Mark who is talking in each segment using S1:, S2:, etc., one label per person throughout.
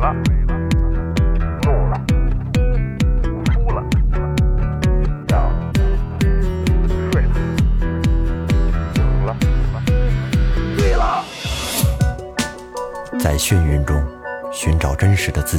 S1: 了，怒了，哭了，笑了，睡了，醒了，醉了。
S2: 在眩晕中寻找真实的自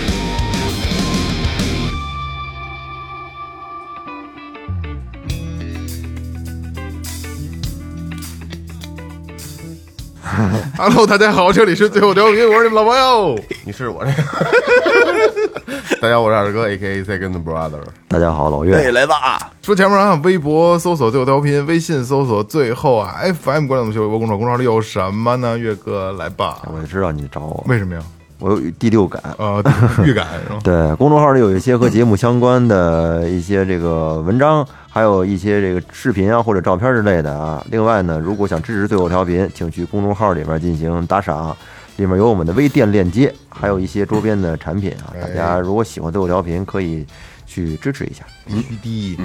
S3: Hello，大家好，这里是最后调频，我是你们老朋友，你是我这个。大家好，我是二哥，A.K.A. Second Brother。
S2: 大家好，老岳，
S3: 说前面啊，微博搜索最后调频，微信搜索最后啊 FM 关注我们微博公众公众号里有什么呢？岳哥来吧，
S2: 我就知道你找我，
S3: 为什么呀？
S2: 我有第六感。
S4: 啊
S3: 呃， 预感 是吗？
S2: 对，公众号里有一些和节目相关的一些这个文章，还有一些这个视频啊或者照片之类的啊。另外呢，如果想支持最后调频，请去公众号里边进行打赏，里面有我们的微店链接，还有一些周边的产品
S3: 哎
S2: 啊。大家如果喜欢最后调频，可以去支持一下。
S3: 必须第一。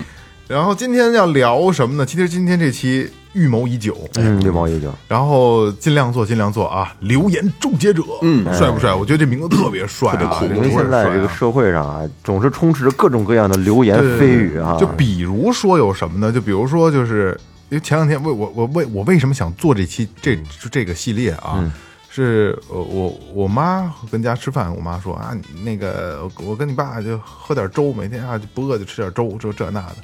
S3: 然后今天要聊什么呢？其实今天这期预谋已久，
S2: 嗯，六毛一九，
S3: 然后尽量做，尽量做啊！留言终结者，嗯，帅不帅？我觉得这名字特别帅啊，
S2: 因为
S3: 这名字
S2: 现
S3: 特别帅
S2: 在
S3: 啊
S2: 这个社会上啊，总是充斥着各种各样的流言蜚语啊。
S3: 就比如说有什么呢？就比如说，就是因为前两天为我我为我为什么想做这期这就这个系列啊？是呃我我妈跟家吃饭，我妈说啊，你那个我我跟你爸就喝点粥，每天啊就不饿就吃点粥，这这那的。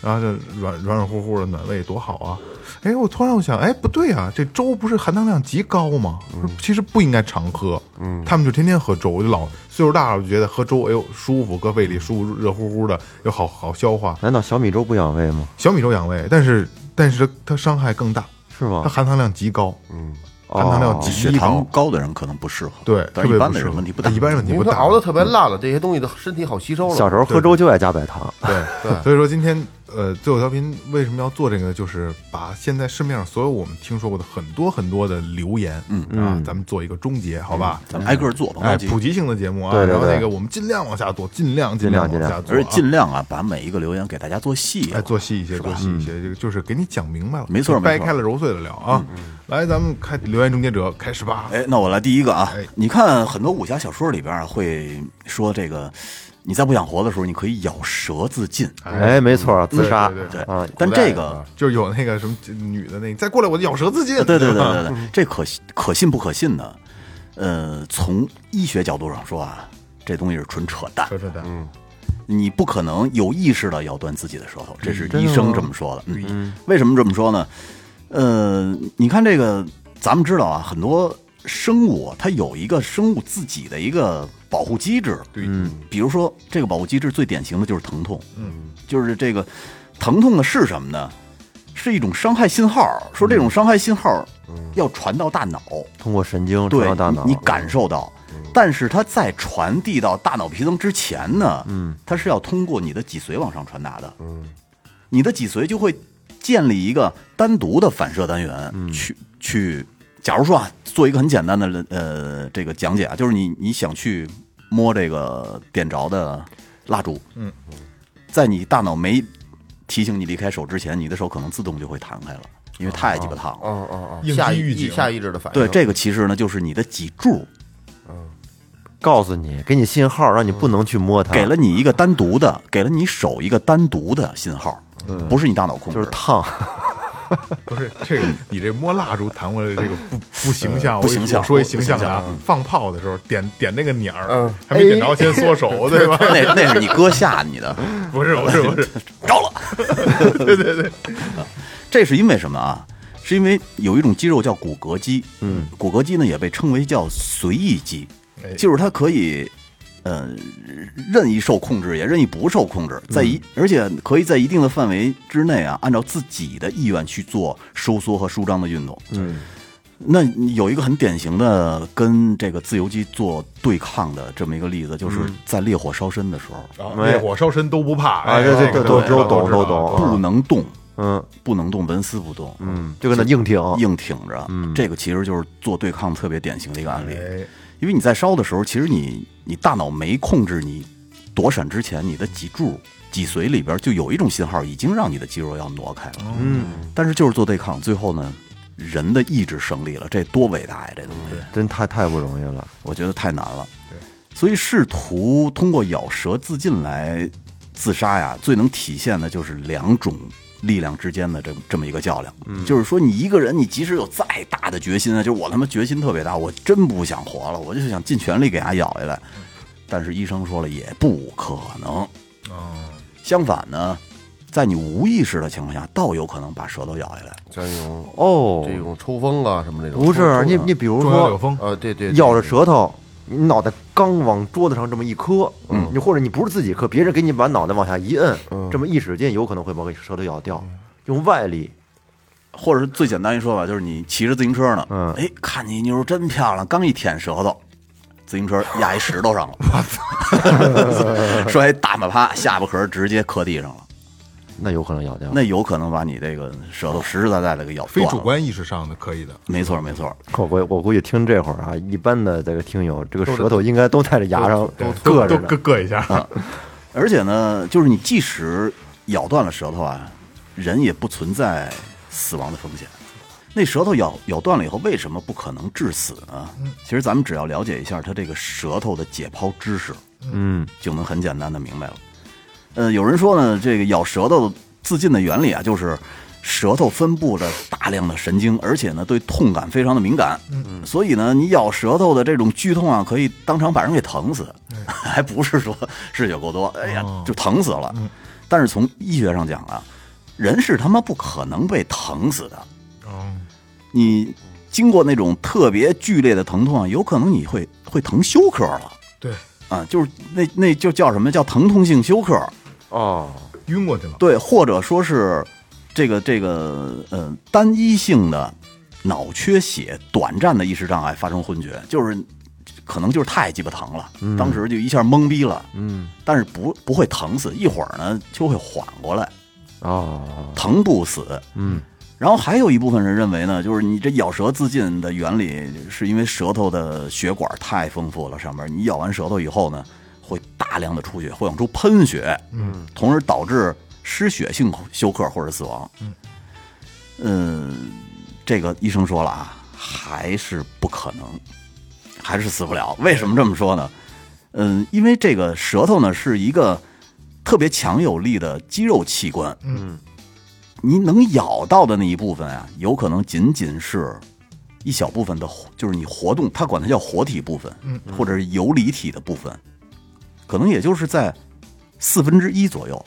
S3: 然后就软软软乎乎的暖胃多好啊！哎，我突然我想，哎，不对啊，这粥不是含糖量极高吗？其实不应该常喝。嗯，他们就天天喝粥，我就老岁数大了，我就觉得喝粥，哎呦舒服，搁胃里舒服，热乎乎的，又好好消化。
S2: 难道小米粥不养胃吗？
S3: 小米粥养胃，但是但是它它伤害更大，
S2: 是
S3: 它
S2: 吗？
S3: 含糖量极高，嗯，含糖量
S5: 哦血
S3: 极
S5: 糖
S3: 高，
S5: 高的人可能不适合，
S3: 对，
S5: 但
S3: 特
S5: 是
S3: 别
S5: 一般
S3: 不
S5: 的
S3: 适合
S5: 人问题不大。
S3: 一般人问题
S4: 因
S3: 不
S4: 为它
S3: 大，
S4: 熬的特别烂了，这些东西的身体好吸收了。
S2: 小时候喝粥就爱加白糖，
S3: 对，所以说今天呃，最后调频为什么要做这个呢？就是把现在市面上所有我们听说过的很多很多的留言，嗯啊，咱们做一个终结，好吧？
S5: 嗯咱们挨个儿做，甭
S3: 哎
S5: 着，急。
S3: 普及性的节目啊，
S2: 对对对
S3: 然后那个我们尽量往下做，尽量尽
S2: 量
S3: 往下做啊，
S5: 而且尽量啊，把每一个留言给大家做细啊
S3: 哎
S5: 了。
S3: 做细一些，做细一些，这个就是给你讲明白了，
S5: 嗯没错嗯
S3: 掰
S5: 没错
S3: 开了揉碎了聊啊。来，咱们开留言终结者开始吧。
S5: 哎，那我来第一个啊
S3: 哎，
S5: 你看很多武侠小说里边啊会说这个，你在不想活的时候，你可以咬舌自尽。
S2: 哎，没错，自杀
S3: 对对
S5: 对
S2: 啊，，
S5: 但这个，
S3: 就是有那个什么女的那个，再过来我就咬舌自尽。
S5: 对对对对
S3: 吧
S5: 对，对这可信可信不可信呢？呃，从医学角度上说啊，这东西是纯扯淡
S3: 扯，扯淡。
S5: 你不可能有意识的咬断自己嗯的舌头，这是医生这么说的。嗯，
S3: 嗯，
S5: 为什么这么说呢？呃，你看这个，咱们知道啊，很多生物啊它有一个生物自己的一个保护机制，
S3: 对，
S5: 比如说这个保护机制最典型的就是疼痛，嗯，就是这个疼痛的啊是什么呢？是一种伤害信号，说这种伤害信号要传到大脑，
S2: 通过神经传
S5: 对
S2: 到大脑，
S5: 你，你感受到。但是它在传递到大脑皮层之前呢，嗯，它是要通过你的脊髓往上传达的，嗯，你的脊髓就会建立一个单独的反射单元，
S2: 嗯
S5: 去去，假如说啊，做一个很简单的呃这个讲解啊，就是你你想去摸这个点着的蜡烛，嗯，在你大脑没提醒你离开手之前，你的手可能自动就会弹开了，因为太鸡巴烫了。
S4: 嗯
S2: 哦
S4: 嗯
S3: 啊应
S4: 嗯，
S3: 激
S4: 下
S3: 预
S4: 意
S3: 警
S4: 下意识的
S2: 哎
S4: 反应。
S5: 对，这个其实呢，就是你的脊柱
S2: 告诉你，给你信号，让你不能去摸它，
S5: 给了你一个单独的，给了你手一个单独的信号，不是你大脑控制
S2: 嗯就是
S5: 的。
S2: 烫，
S3: 不是这个，你这摸蜡烛弹过来的这个不不形象，我
S5: 呃不形象嗯
S3: 我说一形象的啊
S5: 不，
S3: 放炮的时候点点那个鸟儿
S4: 嗯，
S3: 还没点着先缩 手，对吧？
S5: 那那是你哥吓你的，
S3: 不是不是不是，
S5: 着了。 这是因为什么啊？是因为有一种肌肉叫骨骼肌，嗯，骨骼肌呢也被称为叫随意肌，
S3: 哎
S5: 就是它可以，呃，任意受控制，也任意不受控制，在一、而且可以在一定的范围之内啊，按照自己的意愿去做收缩和舒张的运动。嗯，那有一个很典型的跟这个自由基做对抗的这么一个例子，就是在烈火烧身的时候，
S3: 啊烈火烧身都不怕
S2: 啊这这
S3: 个
S2: 都
S3: 知道
S2: 都
S5: 哦
S3: 知道
S2: 都懂
S5: 不能动，
S2: 嗯
S5: 不能动，纹丝不动，
S2: 嗯，就跟那硬挺，
S5: 硬挺着。这个其实就是做对抗特别典型的一个案例。
S3: 哎
S5: 因为你在烧的时候，其实你你大脑没控制你躲闪之前，你的脊柱、脊髓里边就有一种信号已经让你的肌肉要挪开了。嗯，但是就是做对抗，最后呢，人的意志胜利了，这多伟大呀！这东西，
S2: 真太太不容易了。
S5: 我觉得太难了。所以试图通过咬舌自尽来自杀呀，最能体现的就是两种力量之间的这这么一个较量。就是说，你一个人，你即使有再大的决心啊，就是我他妈决心特别大，我真不想活了，我就是想尽全力给它咬下来。但是医生说了，也不可能。相反呢，在你无意识的情况下，倒有可能把舌头咬下来。
S4: 像这种
S2: 哦，
S4: 这种抽风啊什么这种，
S2: 不是你你比如
S3: 中央柳
S2: 说
S5: 呃
S3: 风，
S4: 啊，对对，对
S2: 咬着舌头，你脑袋刚往桌子上这么一磕，嗯，你或者你不是自己磕，别人给你把脑袋往下一摁，这么一使劲，有可能会把舌头咬掉，用外力，
S5: 或者是最简单一说法，就是你骑着自行车呢，
S2: 嗯
S5: 哎，看见一妞儿真漂亮，刚一舔舌头，自行车压一石头上了， 摔一大马趴，下巴壳儿直接磕地上了，
S2: 那有可能咬掉。
S5: 那有可能把你这个舌头实实在在的给咬
S3: 非
S5: 断
S3: 主
S5: 了。
S3: 观意识上的可以的，
S5: 没错，没错，
S2: 我估我估计听这会儿啊，一般的这个听友，这个舌头应该都在这牙上
S3: 对
S2: 硌
S3: 都
S2: 着
S3: 都各
S2: 呢。
S3: 各一下，
S5: 啊而且呢，就是你即使咬断了舌头啊，人也不存在死亡的风险。那舌头咬咬断了以后，为什么不可能致死呢？
S3: 嗯
S5: 其实咱们只要了解一下它这个舌头的解剖知识，
S2: 嗯，
S5: 就能很简单的明白了。呃，有人说呢，这个咬舌头自尽的原理啊，就是舌头分布着大量的神经，而且呢对痛感非常的敏感，嗯，所以呢你咬舌头的这种剧痛啊，可以当场把人给疼死， 还不是说失血过多，哎呀就疼死了。但是从医学上讲啊，人是他妈不可能被疼死的，你经过那种特别剧烈的疼痛啊，有可能你会会疼休克了。
S3: 对，
S5: 啊，就是那那就叫什么叫疼痛性休克，
S2: 哦，
S3: 晕过去了，
S5: 对，或者说是这个这个呃单一性的脑缺血短暂的意识障碍发生昏厥，就是可能就是太鸡巴疼了，当时就一下懵逼了，
S2: 嗯，
S5: 但是不不会疼死，一会儿呢就会缓过来，
S2: 哦，
S5: 疼不死，
S2: 嗯，
S5: 然后还有一部分人认为呢，就是你这咬舌自尽的原理，是因为舌头的血管太丰富了，上面你咬完舌头以后呢，会大量的出血，会往出喷血，嗯，从而导致失血性休克或者死亡。嗯，这个医生说了啊，还是不可能，还是死不了。为什么这么说呢？嗯，因为这个舌头呢是一个特别强有力的肌肉器官，你能咬到的那一部分啊，有可能仅仅是一小部分的活，就是你活动，他管它叫活体部分，或者是游离体的部分，可能也就是在四分之一左右，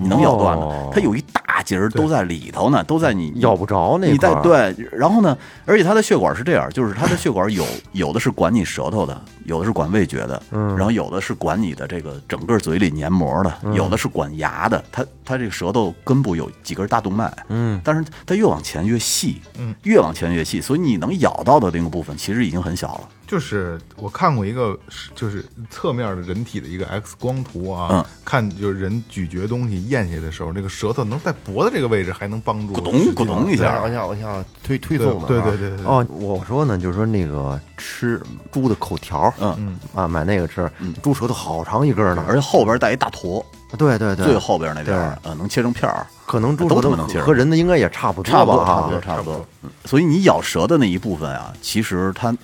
S5: 你能咬断
S2: 哦
S5: 了。它有一大截儿都在里头呢，都在你
S2: 嗯咬不着那
S5: 你
S2: 块
S5: 在
S2: 儿。啊
S5: 对，然后呢，而且它的血管是这样，就是它的血管有有的是管你舌头的，有的是管味觉的，
S2: 嗯
S5: 然后有的是管你的这个整个嘴里黏膜的，有的是管牙的。它它这个舌头根部有几根大动脉，嗯，但是它越往前越细，嗯，越往前越细，所以你能咬到的那个部分其实已经很小了。
S3: 就是我看过一个，是就是侧面的人体的一个 X 光图啊，
S5: 嗯
S3: 看就是人咀嚼东西、咽下的时候，那个舌头能在脖子这个位置还能帮助啊
S5: 咕咚咕咚一
S4: 往下
S5: 下
S4: 往，下往下推推
S3: 对
S4: 送的，
S3: 对
S4: 啊
S3: 对对对，
S2: 哦，我说呢，就是说那个吃猪的口条，
S5: 嗯
S2: 啊，买那个吃，猪舌头好长一根儿呢，
S5: 而且后边带一大坨，
S2: 对对对，
S5: 最后边那边儿，呃，能切成片儿。
S2: 可能猪
S5: 都他
S2: 舌头
S5: 妈能切
S2: 和人的应该也差不多
S5: 差不多，
S2: 吧，
S5: 差不多，
S2: 哈，
S5: 差不多。嗯所以你咬舌的那一部分啊，其实它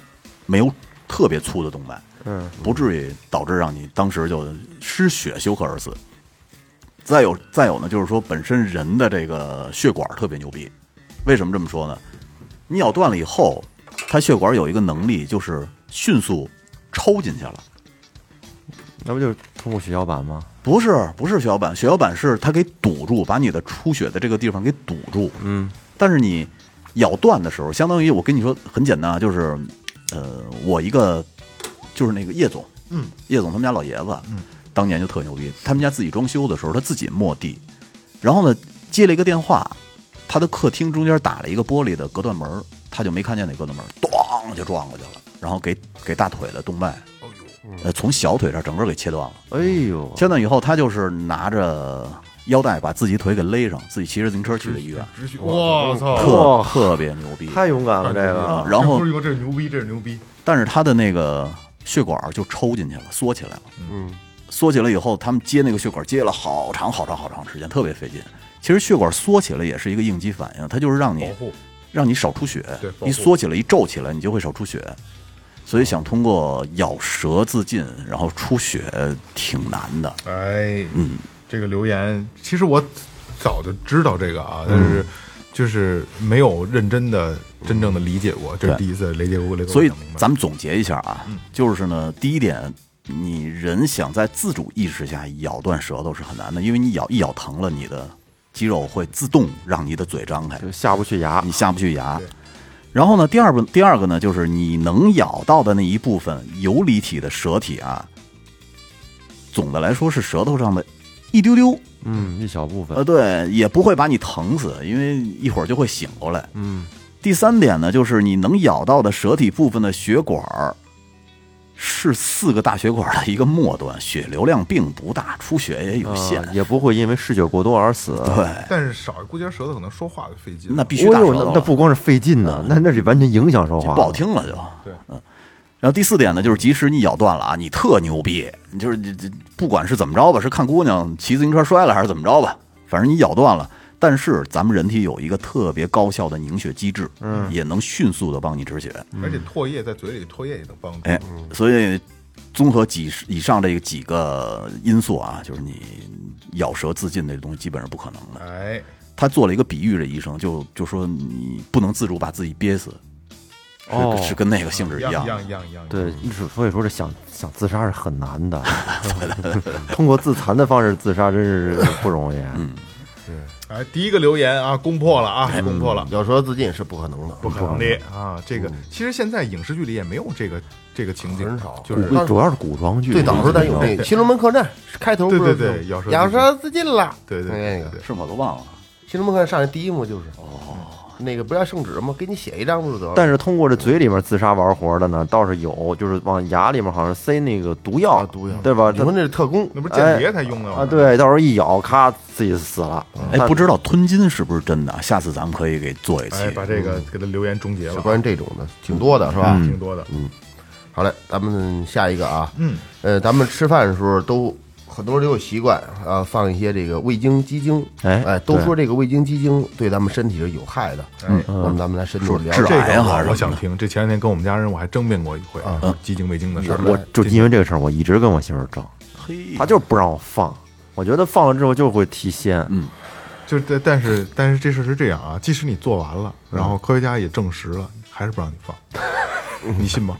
S5: 没有特别粗的动脉，嗯，不至于导致让你当时就失血休克而死。再有，再有呢，就是说本身人的这个血管特别牛逼，为什么这么说呢？你咬断了以后，它血管有一个能力，就是迅速抽进去了。
S2: 那不就是通过血小板吗？
S5: 不是不是血小板，血小板是它给堵住，把你的出血的这个地方给堵住。嗯，但是你咬断的时候，相当于我跟你说很简单啊，就是呃，我一个就是那个叶总，嗯，叶总他们家老爷子，嗯，当年就特牛逼，他们家自己装修的时候，他自己抹地，然后呢接了一个电话，他的客厅中间打了一个玻璃的隔断门儿，他就没看见那隔断门儿，咣就撞过去了，然后给给大腿的动脉，呃，从小腿这儿整个给切断了。
S2: 哎呦，
S5: 切断以后，他就是拿着腰带把自己腿给勒上，自己骑着自行车去的医院，
S6: 我
S3: 嗯
S6: 操！
S5: 特
S3: 哦
S2: 哇
S5: 特别牛逼。
S2: 太勇敢了，这个
S5: 啊然后
S3: 不是说这是牛逼，这是牛逼，
S5: 但是他的那个血管就抽进去了，缩起来了。嗯，缩起来以后，他们接那个血管接了好长好长好长时间，特别费劲。其实血管缩起来也是一个应激反应，它就是让你让你少出血
S3: 对保。护
S5: 一缩起来，一皱起来，你就会少出血。所以想通过咬舌自尽，然后出血挺难的。
S3: 哎，嗯，这个留言其实我早就知道这个啊，但
S5: 嗯
S3: 是就是没有认真的、真正的理解过，这是
S5: 对
S3: 第一次理解过，理解过
S5: 所以
S3: 明白嗯
S5: 咱们总结一下啊，就是呢，第一点，你人想在自主意识下咬断舌头是很难的，因为你咬一咬疼了，你的肌肉会自动让你的嘴张开，
S2: 就下不去牙
S5: 你，下不去牙。然后呢，第二个第二个呢，就是你能咬到的那一部分游离体的舌体啊，总的来说是舌头上的一丢丢，
S2: 嗯，一小部分
S5: 呃，，对，也不会把你疼死，因为一会儿就会醒过来。
S2: 嗯，
S5: 第三点呢，就是你能咬到的舌体部分的血管儿是四个大血管的一个末端，血流量并不大，出血也有限。
S2: 啊也不会因为失血过多而死。
S5: 对，
S3: 但是少一估计舌头可能说话就费劲，啊
S5: 那必须
S2: 哦
S5: 大舌
S2: 呦，
S5: 头嗯
S2: 那
S5: 了
S2: 那不光是费劲呢，那那是完全影响说
S5: 就
S2: 话，
S5: 不好。听了就。
S3: 对
S5: 嗯。然后第四点呢，就是即使你咬断了啊，你特牛逼，你就是你这不管是怎么着吧，是看姑娘骑自行车摔了还是怎么着吧，反正你咬断了。但是咱们人体有一个特别高效的凝血机制，嗯，也能迅速的帮你止血。
S3: 而且唾液在嘴里唾液也能帮助。
S5: 哎，所以综合几十以上这个几个因素啊，就是你咬舌自尽这东西基本是不可能的。嗯
S3: 哎，
S5: 他做了一个比喻，这医生就就说你不能自主把自己憋死，是、
S2: 哦
S5: 是跟那个性质
S3: 一
S5: 一样
S3: 样一
S5: 的。
S3: 样一样一样，
S2: 对，所以说这想想自杀是很难 的，通过自残的方式自杀 真是不容易。嗯，
S3: 哎，第一个留言啊，攻破了啊，攻破了。
S4: 咬舌自尽是不可能的，
S3: 不可能的啊！这个其实现在影视剧里也没有这个这个情景，
S4: 很少
S3: 就是
S4: 当
S2: 主要是古装剧，
S4: 最早时候咱有那个《新龙门客栈》，开头不
S3: 对
S4: 是
S3: 对对咬舌自尽
S4: 咬舌自尽了，哎
S3: 对对
S4: 那
S3: 对
S4: 个
S3: 对，
S4: 《
S5: 是吗？我都忘了。
S4: 新龙门客栈》上来第一幕就是哦，那个不要圣旨吗？给你写一张不就得了？
S2: 但是通过这嘴里面自杀玩活的呢，倒是有，就是往牙里面好像塞那个毒药，
S4: 啊毒药
S2: 对吧？
S4: 你说
S2: 他
S4: 那是特工，
S3: 那不是间谍才用的吗？
S2: 啊，对，到时候一咬，咔，自己死了。
S5: 哎，不知道吞金是不是真的？啊下次咱们可以给做一期。
S3: 哎，把这个给他留言终结
S4: 是
S3: 了，
S4: 关于这种的挺多的，是吧？
S3: 挺多的。
S4: 好嘞，咱们下一个啊，嗯，呃，咱们吃饭的时候都很多人都有习惯啊，放一些这个味精、鸡精，
S2: 哎
S4: 哎，都
S2: 对
S4: 说这个味精、鸡精对咱们身体是有害的，嗯，那么咱们来深度聊
S5: 是
S3: 这
S5: 致癌
S3: 个
S5: 啊还
S3: 我
S5: 是
S3: 我
S5: 什
S3: 想
S5: 么
S3: 听，这前两天跟我们家人我还争辩过一回，啊，鸡精味精的事儿。
S2: 我就因为这个事儿，我一直跟我媳妇儿争，
S5: 嘿，
S2: 她就是不让我放。我觉得放了之后就会提鲜，
S3: 就是但但是但是这事儿是这样啊，即使你做完了，然后科学家也证实了，还是不让你放，你信吗？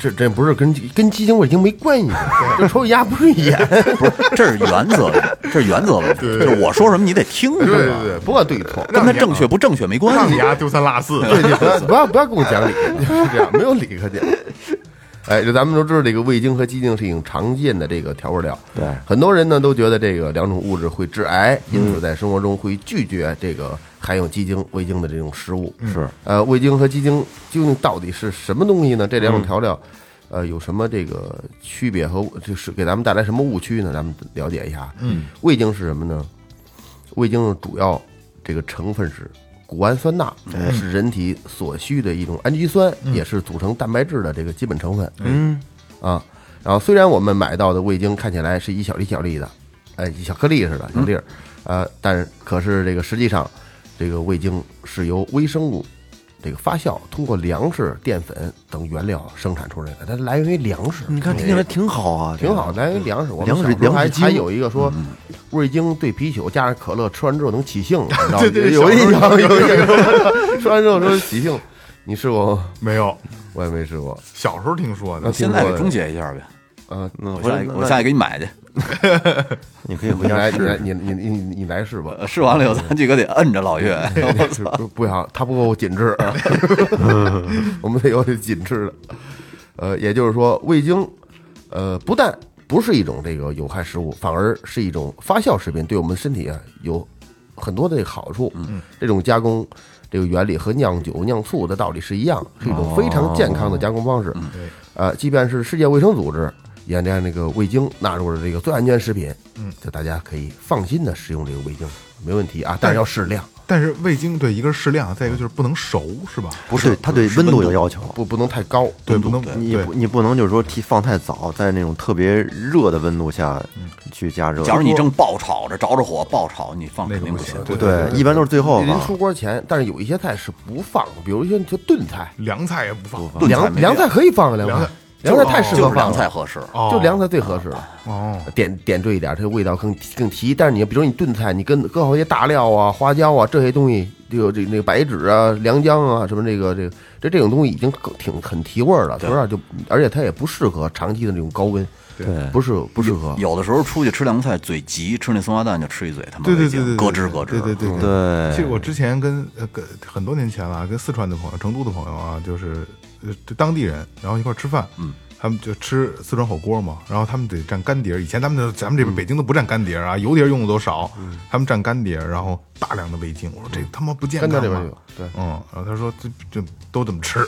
S4: 这这不是跟跟鸡精味精没关系， 这抽鸭不顺眼，
S5: 不是，这是原则，这是原则问题。就是我说什么你得听， 是吧，
S4: 不管对与错，
S5: 跟他正确不正确没关
S3: 让
S5: 系
S3: 你。丫丢三落四，
S4: 对，你不要不要不要跟我讲理， 就是这样，没有理可讲。哎，就咱们都知道，这个味精和鸡精是一种常见的这个调味料。
S2: 对
S4: 很多人呢都觉得这个两种物质会致癌，因此在生活中会拒绝这个含有鸡精、味精的这种食物。
S2: 是，
S4: 呃，味精和鸡精究竟到底是什么东西呢？这两种调料，呃，有什么这个区别和就是给咱们带来什么误区呢？咱们了解一下。嗯，味精是什么呢？味精主要这个成分是谷氨酸钠，是人体所需的一种氨基酸，也是组成蛋白质的这个基本成分。嗯，啊，然后虽然我们买到的味精看起来是一小粒小粒的，哎，一小颗粒似的小粒儿，
S2: 嗯
S4: 呃，但是可是这个实际上，这个味精是由微生物这个发酵，通过粮食、淀粉等原料生产出来的，它来源于粮食。哎
S2: 你看听起来挺好啊，
S4: 挺好，来源于粮食。我们
S2: 粮食
S4: 小时候还
S2: 粮食精嗯
S4: 还有一个说，味精兑啤酒加上可乐，吃完之后能起兴， 你知道吗
S3: 对对对
S4: 有一
S3: 小时候
S4: 条有一条，吃完之后说起兴。你试过吗？
S3: 没有，
S4: 我也没试过。
S3: 小时候听说的
S4: 那。
S5: 现
S4: 听
S5: 在
S4: 过
S5: 给终
S4: 的。
S5: 结一下呗。
S4: 呃，
S2: 嗯。
S5: 我
S2: 回
S5: 下
S2: 来
S5: 一个，我下一个给你买去。
S2: 你可以
S4: 你
S2: 回家
S4: 来，
S2: 试
S4: 你
S2: 试
S4: 来，。你你你你你来试吧。
S5: 呃试完了以后，咱几个得摁着老岳。 我操！
S4: 不不想，他不够紧致，啊 我们得有紧致的。呃，也就是说，味精，呃，不但不是一种这个有害食物，反而是一种发酵食品，对我们身体啊有很多的这个好处。嗯，这种加工这个原理和酿酒、酿醋哦嗯的道理是一样，是一种非常健康的加工方式。呃，即便是世界卫生组织也按那个味精纳入了这个最安全食品，嗯，就大家可以放心的食用这个味精，没问题啊，但是要适量，
S3: 但是味精对，一个是适量，再一个就是不能熟，是吧？
S2: 不是，它对温度有要求，
S4: 不不能太高，
S3: 对，不能
S2: 你
S3: 对
S2: 不你不能就是说提放太早，在那种特别热的温度下去加热。
S5: 假如你正爆炒着，着着火爆炒，你放
S3: 那
S5: 肯
S3: 个
S5: 定
S3: 不
S5: 不行
S3: 行。，
S2: 对
S3: 对对，
S2: 一般都是最后
S4: 临
S2: 吧。
S4: 出锅前，但是有一些菜是不放，比如一些就炖菜，
S3: 凉菜也不放。
S5: 炖菜
S4: 凉
S5: 没必要
S4: 凉菜可以放啊，凉
S3: 凉
S4: 菜
S3: 菜
S4: 凉菜太适
S5: 就
S4: 合
S5: 是
S4: 放
S5: 凉
S4: 了
S5: 菜合适。
S3: 哦
S4: 就凉菜最合适了。
S3: 哦，
S4: 点点缀一点，它的味道更更提。但是你比如你炖菜，你跟搁好一些大料啊、花椒啊这些东西，这个这那个白芷啊、良姜啊什么这个这个这这种东西已经够挺很提味儿了，不是？就而且它也不适合长期的这种高温，对，不是不适合。
S5: 有的时候出去吃凉菜，嘴急，吃那松花蛋就吃一嘴，他妈
S3: 对对
S5: 味
S3: 对
S5: 精
S3: 对，对
S5: 咯吱咯吱。
S3: 对对对对。其实
S2: 对，
S3: 我之前跟呃跟很多年前了，跟四川的朋友、成都的朋友啊，就是呃就当地人，然后一块儿吃饭，嗯，他们就吃四川火锅嘛，然后他们得蘸干碟儿。以前咱们就咱们这边北京都不蘸干碟儿啊，油碟儿用的都少，他们蘸干碟儿，然后大量的味精。我说这他妈不健
S4: 干
S3: 康
S4: 碟
S3: 啊。
S4: 里边有对
S3: 嗯，然后他说这这都怎么吃？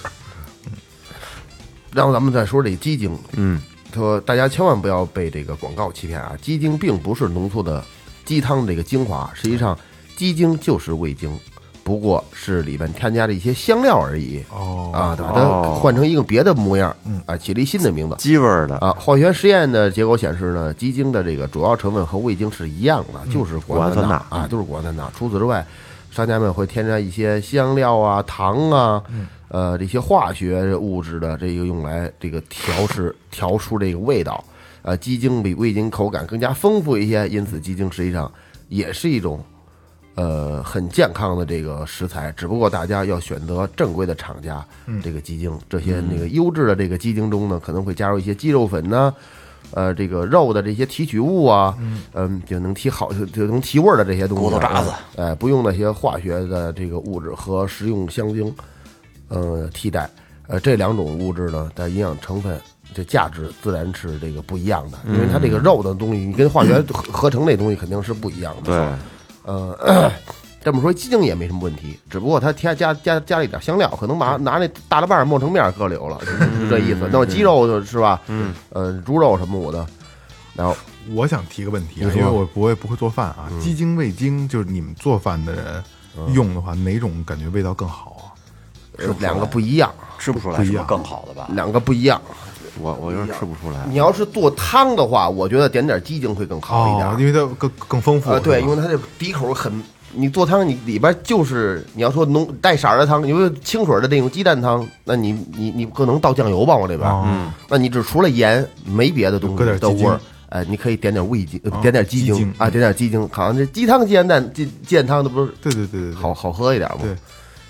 S4: 然后咱们再说这鸡精，嗯，说大家千万不要被这个广告欺骗啊！鸡精并不是浓缩的鸡汤的这个精华，实际上鸡精就是味精，不过是里面添加了一些香料而已。
S3: 哦
S4: 啊，把它换成一个别的模样，嗯啊，起了一新的名字。
S2: 鸡味儿的，
S4: 啊，化学实验的结果显示呢，鸡精的这个主要成分和味精是一样的，就是谷氨
S2: 谷氨酸钠
S4: 钠啊，就是谷氨酸钠。除此之外，商家们会添加一些香料啊、糖啊，呃，这些化学物质的这个用来这个调制调出这个味道。呃，鸡精比味精口感更加丰富一些，因此鸡精实际上也是一种呃很健康的这个食材，只不过大家要选择正规的厂家，
S5: 嗯
S4: 这个鸡精，这些那个优质的这个鸡精中呢，可能会加入一些鸡肉粉呢、呃，这个肉的这些提取物啊，嗯，就能提好，就就能提味儿的这些东西啊，
S5: 骨头渣子
S4: 哎、不用那些化学的这个物质和食用香精，呃，替代，呃，这两种物质呢的营养成分。这价值自然是这个不一样的，因为它这
S5: 嗯
S4: 个肉的东西，你跟化学合合成那东西肯定是不一样的。
S2: 对，
S4: 呃，这么说鸡精也没什么问题，只不过它添加加加了一点香料，可能把拿那大辣瓣磨成面儿搁流了，是这意思。那么鸡肉就是吧，嗯，呃，猪肉什么我的，然后
S3: 我想提个问题啊，
S4: 你说嗯
S3: 因为我不会不会做饭啊，鸡精、味精，就是你们做饭的人用的话，哪种感觉味道更好啊
S4: 呃两个不一样，
S5: 吃不出来什么更好的吧？
S4: 两个不一样。
S2: 我我有点吃不出来。
S4: 你要是做汤的话，我觉得点点鸡精会更
S3: 啊？
S4: 好一点。
S3: 因为它更更丰富。
S4: 哦呃，对，
S3: 是吧
S4: 因为它这底口很，你做汤你里边就是你要说浓带色儿的汤，你说清水的那种鸡蛋汤，那你你你可能倒酱油吧往里边，嗯，那你只除了盐没别的东
S3: 搁
S4: 西
S3: 哦点鸡
S4: 的味
S3: 精哦
S4: 儿。哎，你可以点点味精，呃点点鸡
S3: 鸡
S4: 精
S3: 精
S4: 啊，点点鸡精，好像这鸡汤鸡蛋鸡鸡蛋汤，那不是
S3: 对对对对对，
S4: 好好喝一点吗？
S3: 对，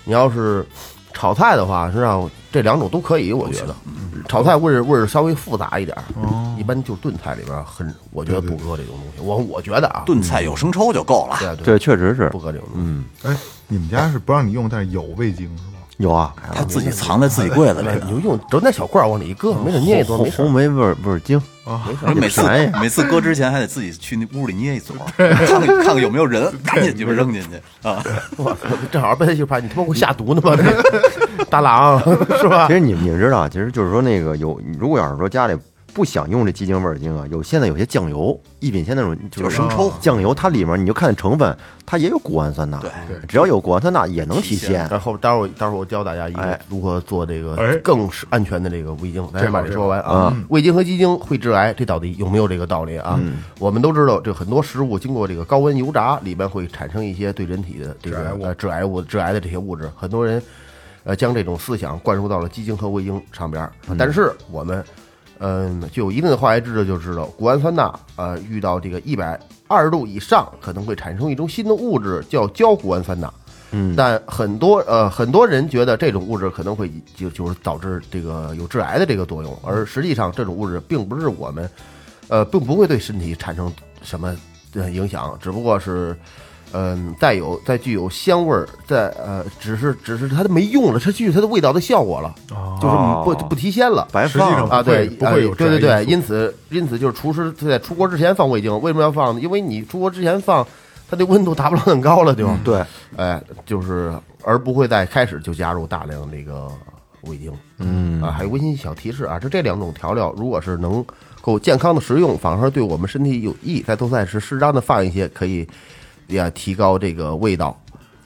S4: 你要是炒菜的话，实际上这两种都可以，我觉得。
S3: 嗯
S4: 炒菜味儿味儿稍微复杂一点儿，
S3: 哦
S4: 一般就是炖菜里边儿很，我觉得不搁这种东西。我我觉得啊，
S5: 炖菜有生抽就够了。
S4: 对啊对啊
S2: 对，确实是
S4: 不搁这种东西。
S2: 嗯
S3: 哎，你们家是不让你用，但是有味精是吗？
S2: 有啊，
S5: 他自己藏在自己柜子里，
S4: 你就用整点小罐儿往里一搁，没准捏一多没
S2: 红
S4: 事
S2: 红
S4: 儿。
S2: 梅味儿味儿精，
S5: 而每次
S2: 便宜
S5: 每次搁之前还得自己去那屋里捏一撮，看看看看有没有 人，赶紧就扔进去啊！
S4: 我操正好被他去拍，你他妈给我下毒呢 吗？这大郎是吧
S2: 其？实你们你们知道，其实就是说那个有，如果要是说家里不想用这鸡精味儿精啊，有现在有些酱油，一品鲜那种就
S5: 就是生抽
S2: 酱油，它里面你就看成分，它也有谷氨酸钠，
S5: 对，
S2: 只要有谷氨酸钠也能提
S5: 提鲜
S2: 鲜。
S4: 然后待会儿待会儿我教大家一个
S2: 哎
S4: 如何做这
S3: 哎
S4: 个更是安全的这个味精，咱先把这说完啊
S2: 嗯。
S4: 味精和鸡精会致癌，这到底有没有这个道理啊？我们都知道，这很多食物经过这个高温油炸，里边会产生一些对人体的这个呃致癌物、致癌的这些物质。很多人呃将这种思想灌输到了鸡精和味精上边儿，但是我们嗯具有一定的化学知识就知道，谷氨酸钠呃遇到这个一百二十度以上，可能会产生一种新的物质叫焦谷氨酸钠。但很多呃很多人觉得这种物质可能会就就是导致这个有致癌的这个作用，而实际上这种物质并不是我们呃并不会对身体产生什么呃影响，只不过是嗯、再有再具有香味儿，再呃只是只是它没用了，它具有它的味道的效果了，
S3: 哦
S4: 就是不不提鲜了。
S2: 白
S3: 实际上
S2: 放
S3: 不
S4: 啊，
S3: 会
S4: 对，
S3: 不会有
S4: 呃
S3: 致
S4: 对
S3: 癌
S4: 对对，
S3: 因
S4: 因此因此就是厨师在出锅之前放味精，为什么要放呢？因为你出锅之前放，它的温度达不到很高了，对吧？
S2: 对，
S4: 哎，就是而不会在开始就加入大量这个味精，嗯啊，还有温馨小提示啊，就这两种调料，如果是能够健康的食用，反而对我们身体有益。在做菜时适当的放一些，可以呀提高这个味道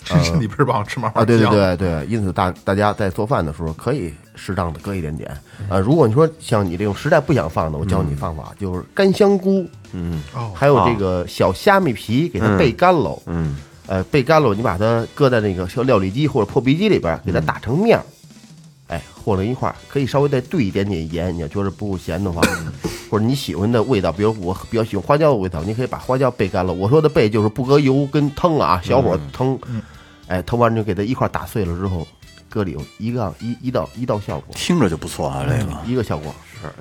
S3: 这里边儿帮我吃麻花
S4: 嗯啊。对对
S3: 酱，
S4: 对对，因此大大家在做饭的时候可以适当的搁一点点啊。如果你说像你这种实在不想放的，我教你方法，就是干香菇，嗯，
S3: 哦
S4: 还有这个小虾米皮，给它备干喽，
S2: 嗯，
S4: 呃，备干喽，你把它搁在那个小料理机或者破壁机里边儿，给它打成面儿，哎，和到一块儿，可以稍微再兑一点点盐，你要觉得不够咸的话，或者你喜欢的味道，比如我比较喜欢花椒的味道，你可以把花椒备干了。我说的备就是不搁油跟汤啊，小火腾，哎，腾完就给它一块儿打碎了之后，搁里有一个一一道一道效果，
S5: 听着就不错啊，
S3: 嗯
S5: 这个
S4: 一个效果。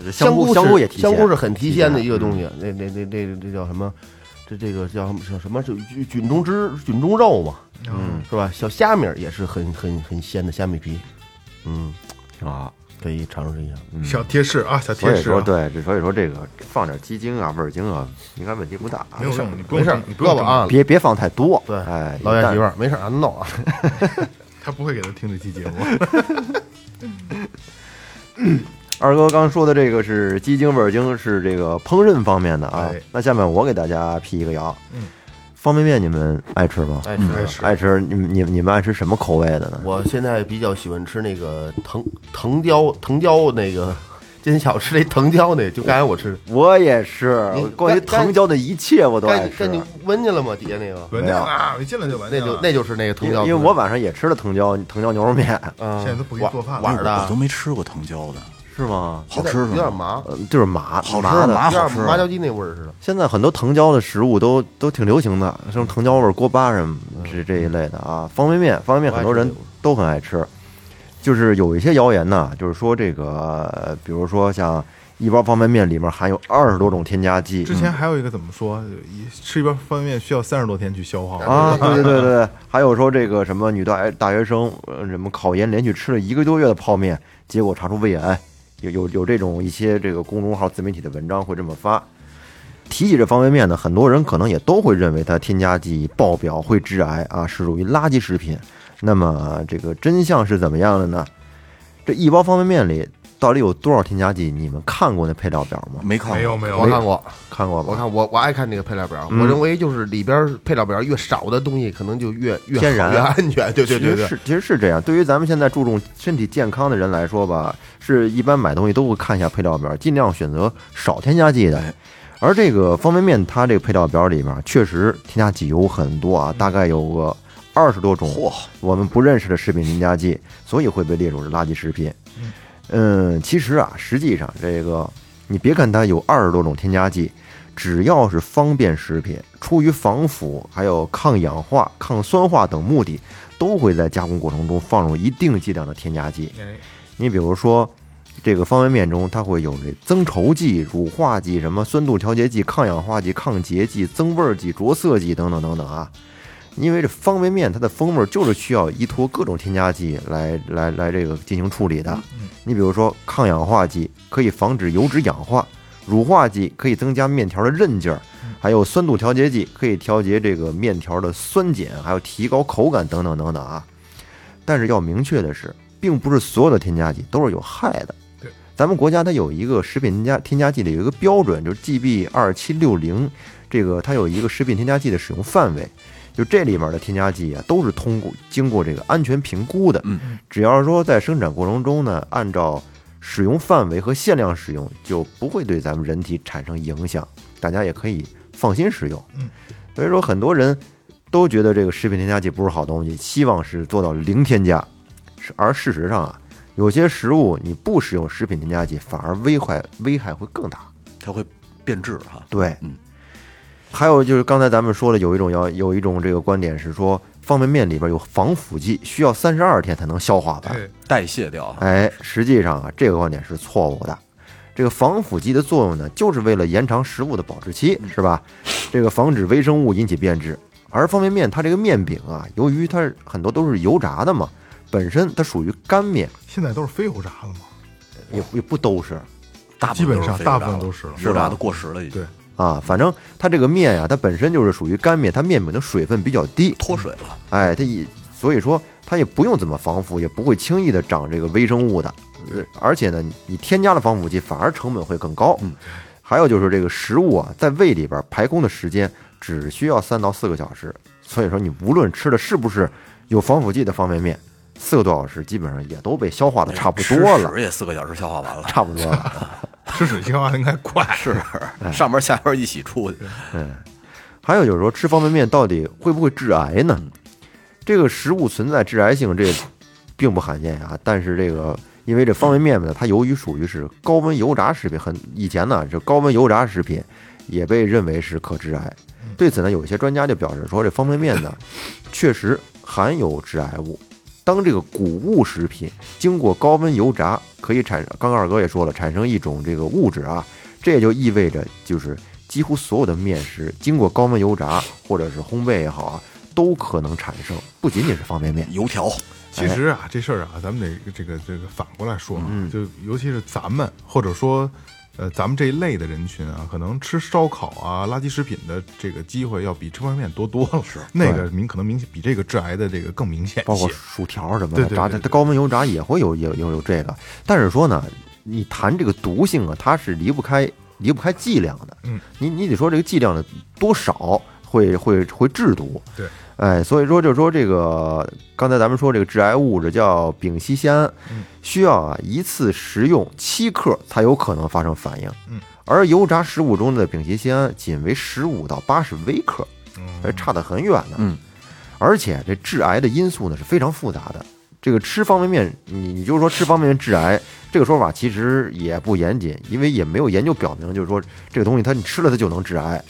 S2: 是
S4: 香
S2: 菇
S4: 香
S2: 香菇也提嗯
S4: 香
S2: 鲜
S4: 菇是很提鲜的一个东西。那那那那这叫什么？这这个叫什么叫什么？就菌菌中汁、菌中肉嘛，嗯，是吧？小虾米儿也是很很很鲜的虾米皮，嗯，
S2: 挺好。
S4: 可以尝试一下。
S3: 小贴士啊，小
S2: 啊所
S3: 贴
S2: 以
S3: 士
S2: 说
S3: 啊，
S2: 对，这所以说这个放点鸡精啊、味儿精啊，应该问题不大。啊
S3: 没有用，你不
S4: 没
S3: 用
S4: 事儿
S3: 整，你，不
S4: 胳
S3: 用
S4: 膊
S3: 整，
S4: 啊，
S2: 别别放太多。
S4: 对，
S2: 哎，
S4: 老
S2: 一
S4: 远
S2: 旦
S4: 媳妇儿，没事儿，俺弄啊。
S3: 他不会给他听这期节目。
S2: 二哥刚说的这个是鸡精、味儿精，是这个烹饪方面的啊。
S3: 哎
S2: 那下面我给大家辟一个谣，
S3: 嗯
S2: 方便面你们爱吃吗？
S4: 哎，
S3: 开
S4: 是。
S3: 始，
S2: 爱吃，你们你们你们爱吃什么口味的呢？
S4: 我现在比较喜欢吃那个藤藤椒藤椒那个，今天下午吃那藤椒那，就刚才我吃，
S2: 我也是
S4: 你，
S2: 关于
S4: 干
S2: 藤椒的一切我都爱
S4: 刚
S2: 吃
S4: 才，
S2: 啊
S4: 你闻见了吗？底下那个，
S3: 闻见了啊，一进来就闻
S4: 那
S3: 见了，
S4: 就那就是那个藤
S2: 因为
S4: 椒，
S2: 因为我晚上也吃了藤椒藤椒牛肉面，
S4: 嗯
S3: 现在都不给你做饭了
S4: 碗碗儿
S5: 我都
S4: 的，
S5: 没吃过藤椒的，
S2: 是吗？
S5: 好吃是
S4: 有点
S5: 吗？
S4: 麻，
S2: 呃，就是麻
S5: 好吃
S2: 麻的。
S5: 麻
S4: 有点
S5: 好吃
S4: 麻椒鸡那味儿似的。
S2: 现在很多藤椒的食物都都挺流行的，什么藤椒味儿锅巴什么这这一类的啊，方便面，方便面很多人都很爱吃。就是有一些谣言呢，就是说这个，呃比如说像一包方便面里面含有二十多种添加剂
S3: 之前还有一个怎么说，一吃一包方便面需要三十多天去消化
S2: 啊，对对对对对，还有说这个什么女大大学生，呃，什么考研连续吃了一个多月的泡面，结果查出胃癌，有有有这种一些这个公众号自媒体的文章会这么发。提起这方便面呢，很多人可能也都会认为它添加剂爆表会致癌啊，是属于垃圾食品。那么这个真相是怎么样的呢？这一包方便面里到底有多少添加剂？你们看过那配料表吗？
S5: 没看
S3: 没有
S5: 过，
S3: 没有，
S4: 我看过，
S2: 看过吧？
S4: 我看我我爱看那个配料表，
S2: 嗯
S4: 我认为就是里边儿配料表越少的东西，可能就越越好
S2: 天然
S4: 越安全。对对对
S2: 其实
S4: 对，
S2: 是其实是这样。对于咱们现在注重身体健康的人来说吧，是一般买东西都会看一下配料表，尽量选择少添加剂的。而这个方便面，它这个配料表里面确实添加剂有很多啊，大概有个二十多种
S5: 嚯，
S2: 我们不认识的食品添加剂，所以会被列入垃圾食品。嗯，其实啊，实际上这个你别看它有二十多种添加剂，只要是方便食品，出于防腐、还有抗氧化、抗酸化等目的，都会在加工过程中放入一定剂量的添加剂。
S3: 哎
S2: 你比如说，这个方便面中它会有这增稠剂、乳化剂、什么酸度调节剂、抗氧化剂、抗结剂、增味儿剂、着色剂等等等等啊。因为这方便面它的风味儿就是需要依托各种添加剂来来来这个进行处理的。你比如说抗氧化剂可以防止油脂氧化，乳化剂可以增加面条的韧劲儿，还有酸度调节剂可以调节这个面条的酸碱，还有提高口感等等等等啊。但是要明确的是，并不是所有的添加剂都是有害的。
S3: 对，
S2: 咱们国家它有一个食品添加添加剂的有一个标准，就是 GB 二七六零，这个它有一个食品添加剂的使用范围。就这里面的添加剂啊，都是通过经过这个安全评估的。
S5: 嗯，
S2: 只要是说在生产过程中呢，按照使用范围和限量使用，就不会对咱们人体产生影响，大家也可以放心使用。
S3: 嗯，
S2: 所以说很多人都觉得这个食品添加剂不是好东西，希望是做到零添加。是而事实上啊，有些食物你不使用食品添加剂，反而危害危害会更大。
S5: 它会变质哈。
S2: 对，
S5: 嗯。
S2: 还有就是刚才咱们说的，有一种要有一种这个观点是说，方便面里边有防腐剂，需要三十二天才能消化完。
S3: 对，
S5: 代谢掉哈，
S2: 哎，实际上啊，这个观点是错误的。这个防腐剂的作用呢，就是为了延长食物的保质期，是吧？这个防止微生物引起变质。而方便面它这个面饼啊，由于它是很多都是油炸的嘛，本身它属于干面，
S3: 现在都是非油炸了嘛，
S2: 也也不都是
S5: 大
S3: 基
S5: 部分
S3: 本
S5: 都是
S3: 上
S5: 非
S3: 大
S5: 油
S3: 部
S5: 炸
S3: 分
S5: 的
S3: 都是了。
S5: 油炸的过时了已经
S3: 对，
S2: 啊。反正它这个面呀、它本身就是属于干面，它面饼的水分比较低，
S5: 脱水了。
S2: 哎，它一所以说它也不用怎么防腐，也不会轻易的长这个微生物的。呃而且呢，你你添加了防腐剂，反而成本会更高。嗯，还有就是这个食物啊，在胃里边排空的时间只需要三到四个小时，所以说你无论吃的是不是有防腐剂的方便面，四个多小时基本上也都被消化的差不多了
S5: 哎吃，屎也四个小时消化完了，
S2: 差不多了。
S3: 吃水消化应该 快，
S5: 是
S3: 嗯
S5: 上边下边一起出去，
S2: 还有就是说，吃方便面到底会不会致癌呢？这个食物存在致癌性，这并不罕见呀、但是这个，因为这方便面呢，它由于属于是高温油炸食品，很以前呢，这高温油炸食品也被认为是可致癌。对此呢，有一些专家就表示说，这方便面呢，确实含有致癌物。当这个谷物食品经过高温油炸，可以产，刚刚二哥也说了，产生一种这个物质啊，这也就意味着就是几乎所有的面食经过高温油炸或者是烘焙也好啊，都可能产生，不仅仅是方便面。
S5: 油条
S3: 其实啊，这事儿啊，咱们得这个这个反过来说啊，
S5: 嗯
S3: 就尤其是咱们或者说呃咱们这一类的人群啊，可能吃烧烤啊、垃圾食品的这个机会要比吃方便面多多了。是那个明可能明显比这个致癌的这个更明显
S2: 包
S3: 一
S2: 括
S3: 些。
S2: 薯条什么
S3: 对对
S2: 的，
S3: 对
S2: 炸
S3: 对
S2: 的
S3: 对
S2: 高温油炸也会有有有有这个，但是说呢，你谈这个毒性啊，它是离不开离不开剂量的，
S3: 嗯，
S2: 你你得说这个剂量的多少会会会制毒，
S3: 对，
S2: 哎，所以说就是说这个刚才咱们说这个致癌物质叫丙烯酰胺，
S3: 嗯
S2: 需要啊一次食用七克才有可能发生反应，
S3: 嗯，
S2: 而油炸食物中的丙烯酰胺仅为十五到八十微克，
S3: 哦
S2: 还差得很远呢。
S5: 嗯，
S2: 而且这致癌的因素呢是非常复杂的。这个吃方便面，你你就是说吃方便面致癌这个说法其实也不严谨，因为也没有研究表明，就是说这个东西它你吃了它就能致癌。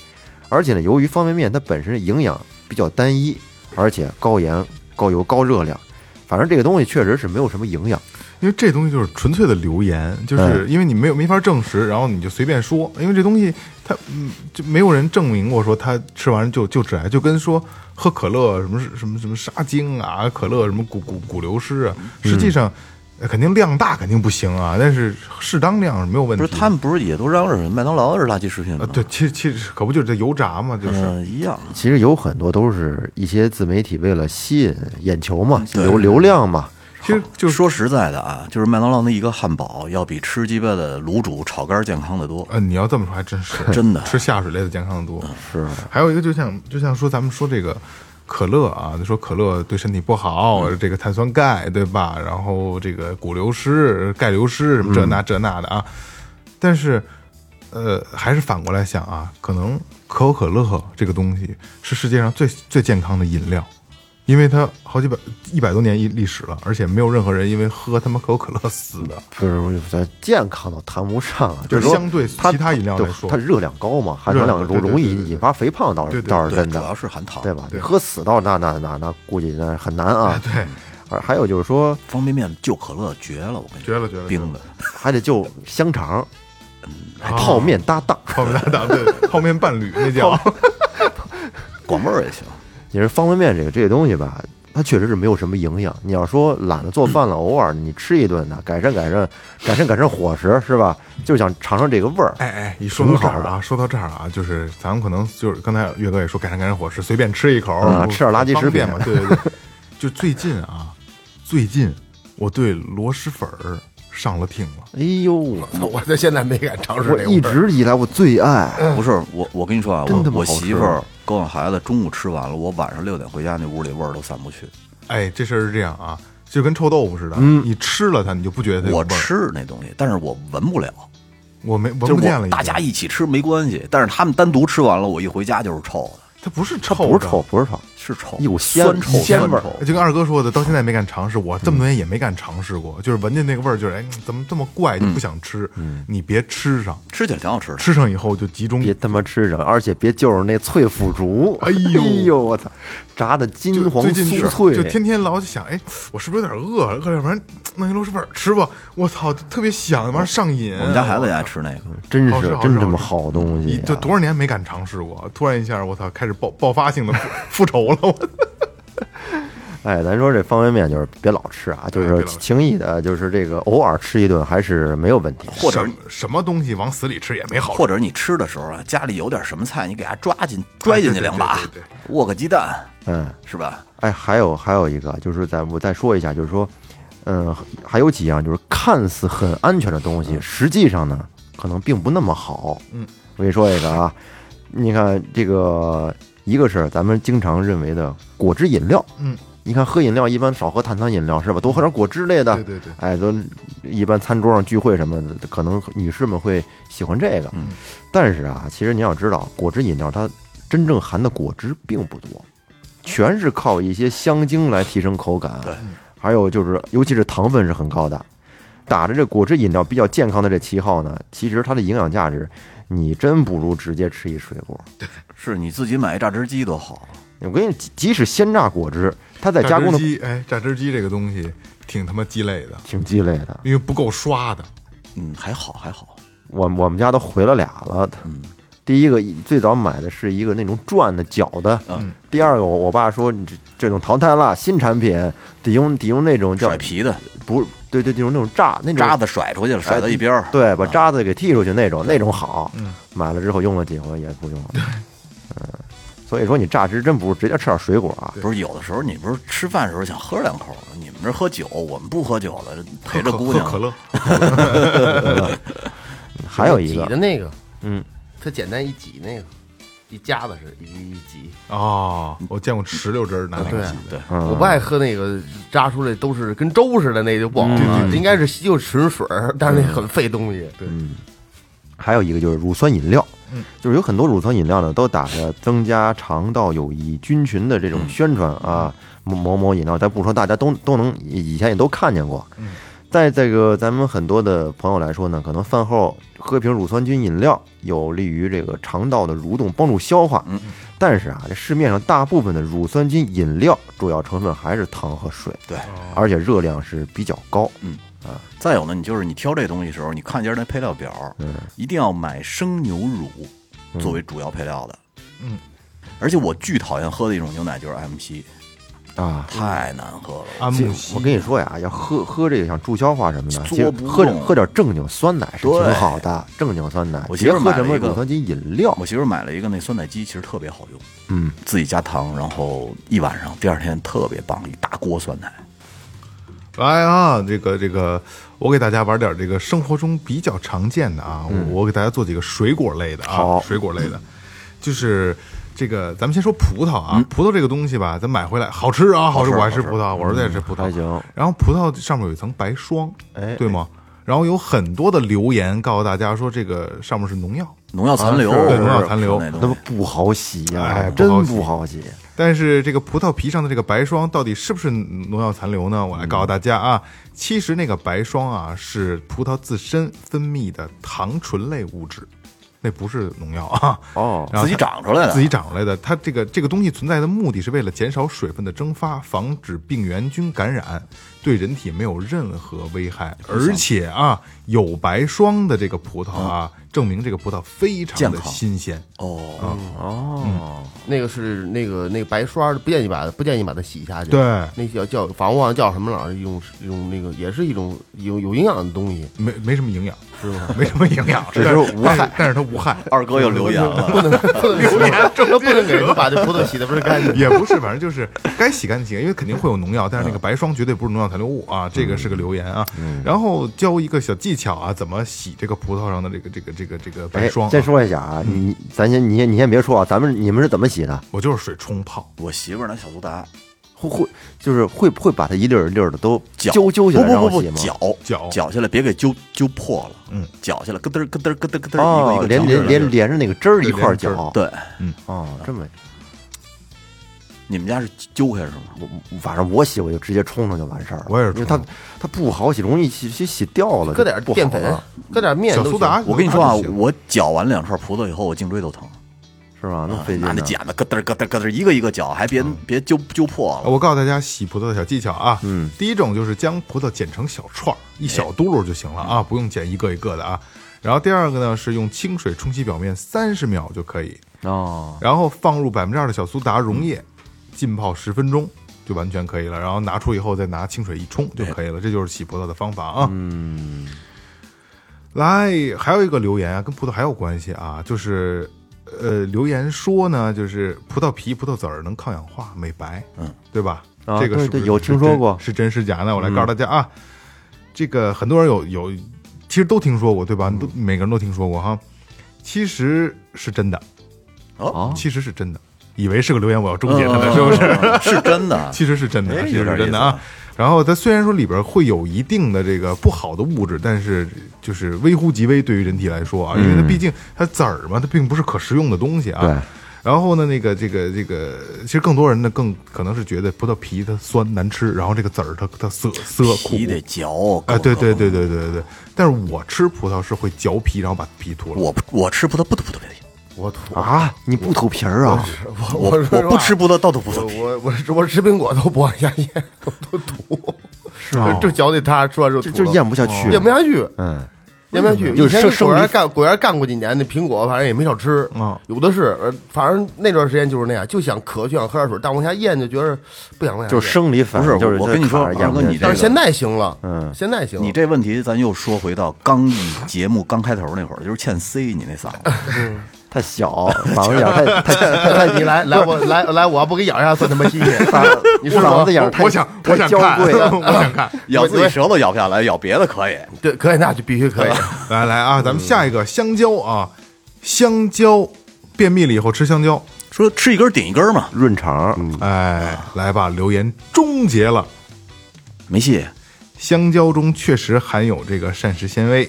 S2: 而且呢，由于方便面它本身营养比较单一，而且高盐、高油、高热量，反正这个东西确实是没有什么营养。
S3: 因为这东西就是纯粹的流言，
S5: 哎
S3: 就是因为你没有没法证实，然后你就随便说，因为这东西它嗯就没有人证明过说它吃完就就致癌，就跟说喝可乐什么什么什么杀精啊，可乐什么骨骨骨流失啊，实
S5: 嗯
S3: 际上、呃肯定量大肯定不行啊，但是适当量是没有问
S5: 不
S3: 题
S5: 是
S3: 的。
S5: 他们不是也都嚷嚷麦当劳是垃圾食品吗
S3: 啊，？对，其实其实可不就是这油炸嘛，就是、
S5: 嗯，一样。
S2: 其实有很多都是一些自媒体为了吸引眼球嘛，
S5: 对
S2: 流流量嘛，
S3: 其实
S5: 就说实在的啊，就是麦当劳那一个汉堡要比吃鸡巴的卤煮、炒肝健康的多。
S3: 呃，你要这么说还真是
S5: 真的嗯
S3: 吃下水类的健康的多。是，还有一个就像就像说咱们说这个可乐啊，就说可乐对身体不好，
S5: 嗯
S3: 这个碳酸钙对吧？然后这个骨流失、钙流失什么
S5: 嗯
S3: 这那这那的啊。但是，呃，还是反过来想啊，可能可口可乐这个东西是世界上最最健康的饮料。因为它好几百一百多年一历史了，而且没有任何人因为喝他妈可口可乐死的。
S2: 不是，咱健康倒谈不上啊，
S3: 就是
S2: 是说
S3: 相对
S2: 它
S3: 其他饮料来
S2: 对
S3: 说
S2: 它热量高嘛，含糖量容
S3: 热量对对
S2: 容易
S3: 对对对
S2: 引发肥胖，倒是
S3: 对对对
S2: 倒是
S5: 对，
S2: 呃真
S5: 主要
S2: 的，
S5: 是含糖。
S2: 对吧？
S3: 对
S2: 喝死到那那那那估计那很难啊。
S3: 对，
S2: 而还有就是说，
S5: 方便面就可乐绝了，我跟你说，
S3: 绝了绝了绝了
S5: 冰的。
S2: 还得就香肠、
S3: 嗯
S2: 泡面搭档，
S3: 泡面搭档，对，泡面伴侣那叫。
S5: 广味儿也行，
S2: 你说方便面这个这个东西吧，它确实是没有什么营养。你要说懒得做饭了，偶尔你吃一顿呢，改善改善改善改善伙食是吧？就想尝尝这个味儿。
S3: 哎哎，你说到这儿啊，说到这儿啊，就是咱们可能就是刚才岳哥也说，改善改善伙食，随便吃一口，
S2: 嗯吃点垃圾食品
S3: 方便嘛。对对对，就最近啊，最近我对螺蛳粉儿上了听了。
S2: 哎呦，我
S4: 我到现在没敢尝试
S2: 我
S4: 这个
S2: 一直以来我最爱。
S3: 嗯
S5: 不是我，我跟你说啊，
S2: 真
S5: 我
S2: 他妈
S5: 我
S2: 好吃
S5: 媳妇儿跟我孩子中午吃完了，我晚上六点回家，那屋里味儿都散不去。
S3: 哎，这事儿是这样啊，就跟臭豆腐似的，你吃了它，你就不觉得它有
S5: 我
S3: 哎味儿。
S5: 吃那东西，但是我闻不了，
S3: 我没闻
S5: 就是
S3: 不见
S5: 我
S3: 了已经，
S5: 大家一起吃没关系，但是他们单独吃完了，我一回家就是臭的，
S3: 它不是臭，
S2: 不是臭，，不是臭，
S5: 是臭，
S2: 一股鲜
S5: 酸臭
S2: 鲜
S5: 酸
S2: 味儿
S5: 臭
S3: 就跟二哥说的，到现在没敢尝试，我这么多年也没敢尝试过，就是闻见那个味儿，就是哎，怎么这么怪，就不想吃。你别吃上，
S5: 吃起来挺好吃的。
S3: 吃上以后就集中
S2: 别他妈吃人，而且别就是那脆腐竹，
S3: 哎呦
S2: 我操，炸的金
S3: 就
S2: 黄
S3: 最近是
S2: 酥脆，
S3: 就天天老想，哎，我是不是有点饿了？饿了，要不然弄一螺蛳粉儿吃吧。我操，就特别想，
S2: 哦
S3: 完上瘾。
S5: 我们家孩子也爱吃那个，
S2: 真
S3: 好吃
S2: 是
S3: 好吃嗯
S2: 真他妈
S3: 好
S2: 好东西
S3: 一
S2: 呀、
S3: 就多少年没敢 尝试过，突然一下，我操，开始爆爆发性的复复仇了。我
S2: 哎，咱说这方便面就是别老吃啊，就
S3: 对哎别
S2: 是
S3: 老吃
S2: 轻易的，就是这个偶尔吃一顿还是没有问题的。
S5: 或者
S3: 什什么东西往死里吃也没好处
S5: 或。者你吃的时候啊，家里有点什么菜，你给它抓进拽进去两把
S3: 对对对对，
S5: 握个鸡蛋，
S2: 嗯，
S5: 是吧？
S2: 哎，还有还有一个就是在我再说一下，就是说，嗯，还有几样就是看似很安全的东西，实际上呢可能并不那么好。嗯，我跟你说一个啊，你看这个一个是咱们经常认为的果汁饮料，
S3: 嗯，
S2: 你看喝饮料一般少喝碳酸饮料是吧？多喝点果汁类的。
S3: 对对对
S2: 哎，都一般餐桌上聚会什么的，可能女士们会喜欢这
S3: 嗯
S2: 个。但是啊，其实你要知道，果汁饮料它真正含的果汁并不多，全是靠一些香精来提升口感。
S5: 对，
S2: 还有就是，尤其是糖分是很高的。打着这果汁饮料比较健康的这旗号呢，其实它的营养价值，你真不如直接吃一水果。
S5: 是你自己买一榨汁机多好，
S2: 我跟你，即即使鲜榨果汁，它在加工
S3: 榨汁
S2: 的
S3: 机，哎，榨汁机这个东西挺他妈鸡肋的，
S2: 挺鸡肋的。
S3: 因为不够刷的。
S5: 嗯，还好还好，
S2: 我我们家都回了俩了。第一个最早买的是一个那种转的搅的，
S5: 嗯
S2: 第二个我我爸说你这这种淘汰了，新产品得用得用那种叫
S5: 甩皮的
S2: 不对对，就是那种炸那种
S5: 渣子啊甩出去了，甩到一边儿，
S2: 对，把渣子给剔出去那种那种好。
S5: 嗯
S2: 买了之后用了几回也不用了。嗯，所以说你榨汁真不如直接吃点水果啊。
S5: 不是有的时候你不是吃饭的时候想喝两口，你们这喝酒，我们不喝酒了，陪着
S3: 喝
S5: 姑
S3: 喝可
S5: 娘，
S3: 乐，
S2: 还有一
S4: 挤
S2: 个
S4: 的那个，
S2: 嗯，
S4: 它简单一挤那个，一夹子似的，一一挤。
S3: 哦，我见过石榴汁儿拿那个
S4: 对
S3: 洗的，
S5: 对，
S2: 嗯
S4: 我不爱喝那个扎出来都是跟粥似的，那就不好
S2: 嗯
S4: 了。应该是就纯水儿，但是那很费东西。对，
S2: 嗯还有一个就是乳酸饮料，就是有很多乳酸饮料呢，都打着增加肠道有益菌群的这种宣传啊，某某某饮料，咱不说，大家都都能以前也都看见过。在这个咱们很多的朋友来说呢，可能饭后喝瓶乳酸菌饮料有利于这个肠道的蠕动，帮助消化。但是啊，这市面上大部分的乳酸菌饮料主要成分还是糖和水，
S5: 对，
S2: 而且热量是比较高。
S5: 再有呢，你就是你挑这东西的时候，你看一下那配料表，一定要买生牛乳作为主要配料的。
S3: 嗯，
S5: 而且我巨讨厌喝的一种牛奶就是 MC，
S2: 啊，
S5: 太难喝了。
S3: 安
S2: 其
S3: 慕
S2: 实
S3: 希
S2: 我跟你说呀，要喝喝这个像助消化什么的，
S5: 作
S2: 其实
S5: 不
S2: 喝点
S5: 动
S2: 喝点正经酸奶是挺
S5: 对
S2: 好的，正经酸奶，
S5: 我媳
S2: 别
S5: 妇儿
S2: 喝
S5: 买
S2: 什
S5: 了
S2: 么
S5: 一个
S2: 乳酸菌饮料
S5: 我。媳妇儿买了一个那酸奶机，其实特别好用，
S2: 嗯，
S5: 自己加糖，然后一晚上，第二天特别棒，一大锅酸奶。
S3: 来啊，这个这个，我给大家玩点这个生活中比较常见的啊，我我给大家做几个水果类的啊
S2: 好，
S3: 水果类的，就是这个，咱们先说葡萄啊，葡萄这个东西吧，咱买回来好吃啊，好吃，我爱吃嗯葡萄，我儿子也吃葡萄，
S2: 还行。
S3: 然后葡萄上面有一层白霜，
S2: 哎
S3: 对吗？然后有很多的留言告诉大家说，这个上面是农药，
S5: 农药残留，
S3: 啊是对
S5: 是
S3: 农药残留
S5: 是那
S2: 那
S5: 东
S2: 不
S5: 西
S2: 不好洗呀、
S3: 哎
S2: 真
S3: 不好洗
S2: 不好洗。
S3: 但是这个葡萄皮上的这个白霜到底是不是农药残留呢？我来告诉大家啊，
S5: 嗯
S3: 其实那个白霜啊是葡萄自身分泌的糖醇类物质，那不是农药啊。
S2: 哦
S3: 然后它
S5: 自己长出来的，
S3: 自己长出来的，它这个这个东西存在的目的是为了减少水分的蒸发，防止病原菌感染，对人体没有任何危害。而且啊，有白霜的这个葡萄啊，证明这个葡萄非常
S5: 嗯健
S3: 的
S5: 康
S3: 新鲜。
S5: 哦，
S2: 哦，
S4: 那个是那个那个白刷的，不建议把不建议把它洗下去。
S3: 对
S4: 啊那叫叫房忘了叫什么了，一种一种那个也是一种有有营养的东 西，
S3: 没没什么营养，是吧？ 没什么营养，
S2: 只是无害
S3: 但但是它无害。
S5: 二哥又留言了，
S4: 不能不能留言，这不能给人把这葡萄洗的不是干净。
S3: 也不是，反正就是该洗干净，因为肯定会有农药，但是那个白霜绝对不是农药残留物啊，这个是个留言啊。然后教一个小技巧啊，怎么洗这个葡萄上的这个这个这个这个白
S2: 哎
S3: 霜、，啊。
S2: 先说一下啊，
S5: 嗯
S2: 你咱先你先你先别说啊，咱们你们是怎么洗的？
S3: 我就是水冲泡，
S5: 我媳妇儿拿小苏打
S2: 会会就是会不会把它一粒儿一粒儿的都
S5: 搅
S2: 揪揪起来
S5: 不
S2: 然后
S5: 不不
S2: 洗
S5: 不
S2: 吗？
S5: 搅
S3: 搅
S5: 搅下来，别给揪揪破了，
S3: 嗯，
S5: 搅下来，咯噔儿咯噔儿咯噔儿咯噔儿，一个，
S2: 哦
S5: 一个
S2: 连
S5: 搅
S2: 连
S5: 下来
S2: 连连着那个汁儿一块儿
S3: 对连着
S2: 搅。
S5: 对，
S2: 哦，这么
S5: 你们家是揪开是吗？
S2: 我反正我洗我就直接冲它就完事儿了，
S3: 我也是
S2: 因为
S3: 冲
S2: 它它不好洗，容易洗洗洗掉 了，
S4: 搁点
S2: 不好
S4: 淀粉
S2: 了，
S4: 搁点面
S3: 小
S4: 都
S3: 苏
S4: 行
S3: 打。
S5: 我跟你说啊，
S3: 那就行
S5: 我搅完两串葡萄以后，我颈椎都疼。
S2: 是吧？那
S4: 嗯
S5: 啊
S2: 费劲
S5: 拿
S2: 呢
S5: 那剪子咯噔儿咯噔儿咯噔儿一个一个搅，还别别揪揪破了。
S3: 我告诉大家洗葡萄的小技巧啊，嗯，第一种就是将葡萄剪成小串儿，一小嘟噜就行了啊，不用剪一个一个的啊。然后第二个呢是用清水冲洗表面三十秒就可以，
S2: 哦，
S3: 然后放入百分之二的小苏打溶液，浸泡十分钟。就完全可以了。然后拿出以后再拿清水一冲就可以了，这就是洗葡萄的方法啊。嗯，来，还有一个留言啊，跟葡萄还有关系啊，就是呃，留言说呢，就是葡萄皮、葡萄籽儿能抗氧化、美白，嗯，对吧？
S2: 啊
S3: 这个
S2: 对
S3: 是不
S2: 对
S3: 是
S2: 有
S3: 是
S2: 听说
S3: 真
S2: 过嗯
S3: 是真是假呢？我来告诉大家啊，这个很多人有有，其实都听说过，对吧？
S2: 嗯
S3: 都每个人都听说过哈，其实是真的，
S2: 哦，
S3: 其实是真的，以为是个留言，
S5: 嗯
S3: 我要终结它呢，是不是？
S5: 是？是真 的，
S3: 其实是真
S5: 哎
S3: 的，其
S5: 有
S3: 实
S5: 点
S3: 是
S5: 意
S3: 真的
S5: 思
S3: 啊。然后它虽然说里边会有一定的这个不好的物质，但是就是微乎其微，对于人体来说啊，因
S5: 嗯
S3: 为它毕竟它籽儿嘛，它并不是可食用的东西啊。
S2: 对。
S3: 然后呢，那个这个这个，其实更多人呢，更可能是觉得葡萄皮它酸难吃，然后这个籽儿它它涩涩苦
S5: 皮。得嚼。
S3: 啊，对对对对对对对。但是我吃葡萄是会嚼皮，然后把皮吐了。
S5: 我不我吃葡萄不吐葡萄 皮，
S4: 我吐，
S2: 啊，你不吐皮儿啊？
S4: 我
S5: 我
S4: 我说实
S5: 我不
S4: 话
S5: 吃葡萄倒吐葡 萄
S4: 我
S5: 皮。
S4: 我我吃我吃苹果都不往下咽， 我都吐，是
S2: 吗
S4: 就嚼那它吃完之后吐
S2: 就
S4: 了哦
S2: 就咽不下去，
S4: 咽不下去，
S2: 嗯，
S4: 咽不下去。
S2: 就
S4: 以
S2: 是
S4: 前
S2: 生哦
S4: 果
S2: 生
S4: 园
S2: 理
S4: 干果园干过几年，那苹果反正也没少吃，
S3: 嗯
S4: 有的是。呃反正那段时间就是那样，就想渴，就想喝点水，但往下咽就觉得不想往下咽。
S2: 就是生理反
S5: 不
S2: 应，
S5: 是
S2: 就是
S5: 我
S2: 它
S5: 跟你说
S2: 卡着咽
S5: 二哥
S2: 不下
S5: 你
S2: 去
S5: 这
S4: 但
S5: 个
S4: 是现在行了，
S2: 嗯
S4: 现在行了。
S5: 你这问题，咱又说回到刚一节目刚开头那会儿，就是欠 C 你那嗓子，
S2: 太小，嗓子眼儿太太太太
S4: 你 来来我来来，我要不给咬一下，算他妈新 鲜。你
S2: 你
S4: 是
S2: 嗓
S4: 我
S2: 子眼儿
S3: 我
S2: 太
S3: 我想
S2: 太
S3: 我想
S2: 娇
S3: 看，
S2: 贵了。
S3: 我 想看。
S5: 咬自己舌头咬不下来，咬别的可以。
S4: 对，可以，那就必须可以。
S3: 来来啊，咱们下一个香蕉啊，香蕉便秘了以后吃香蕉，
S5: 说吃一根顶一根嘛，
S2: 润肠，嗯，
S3: 哎，来吧，留言终结了。
S5: 没戏。
S3: 香蕉中确实含有这个膳食纤维，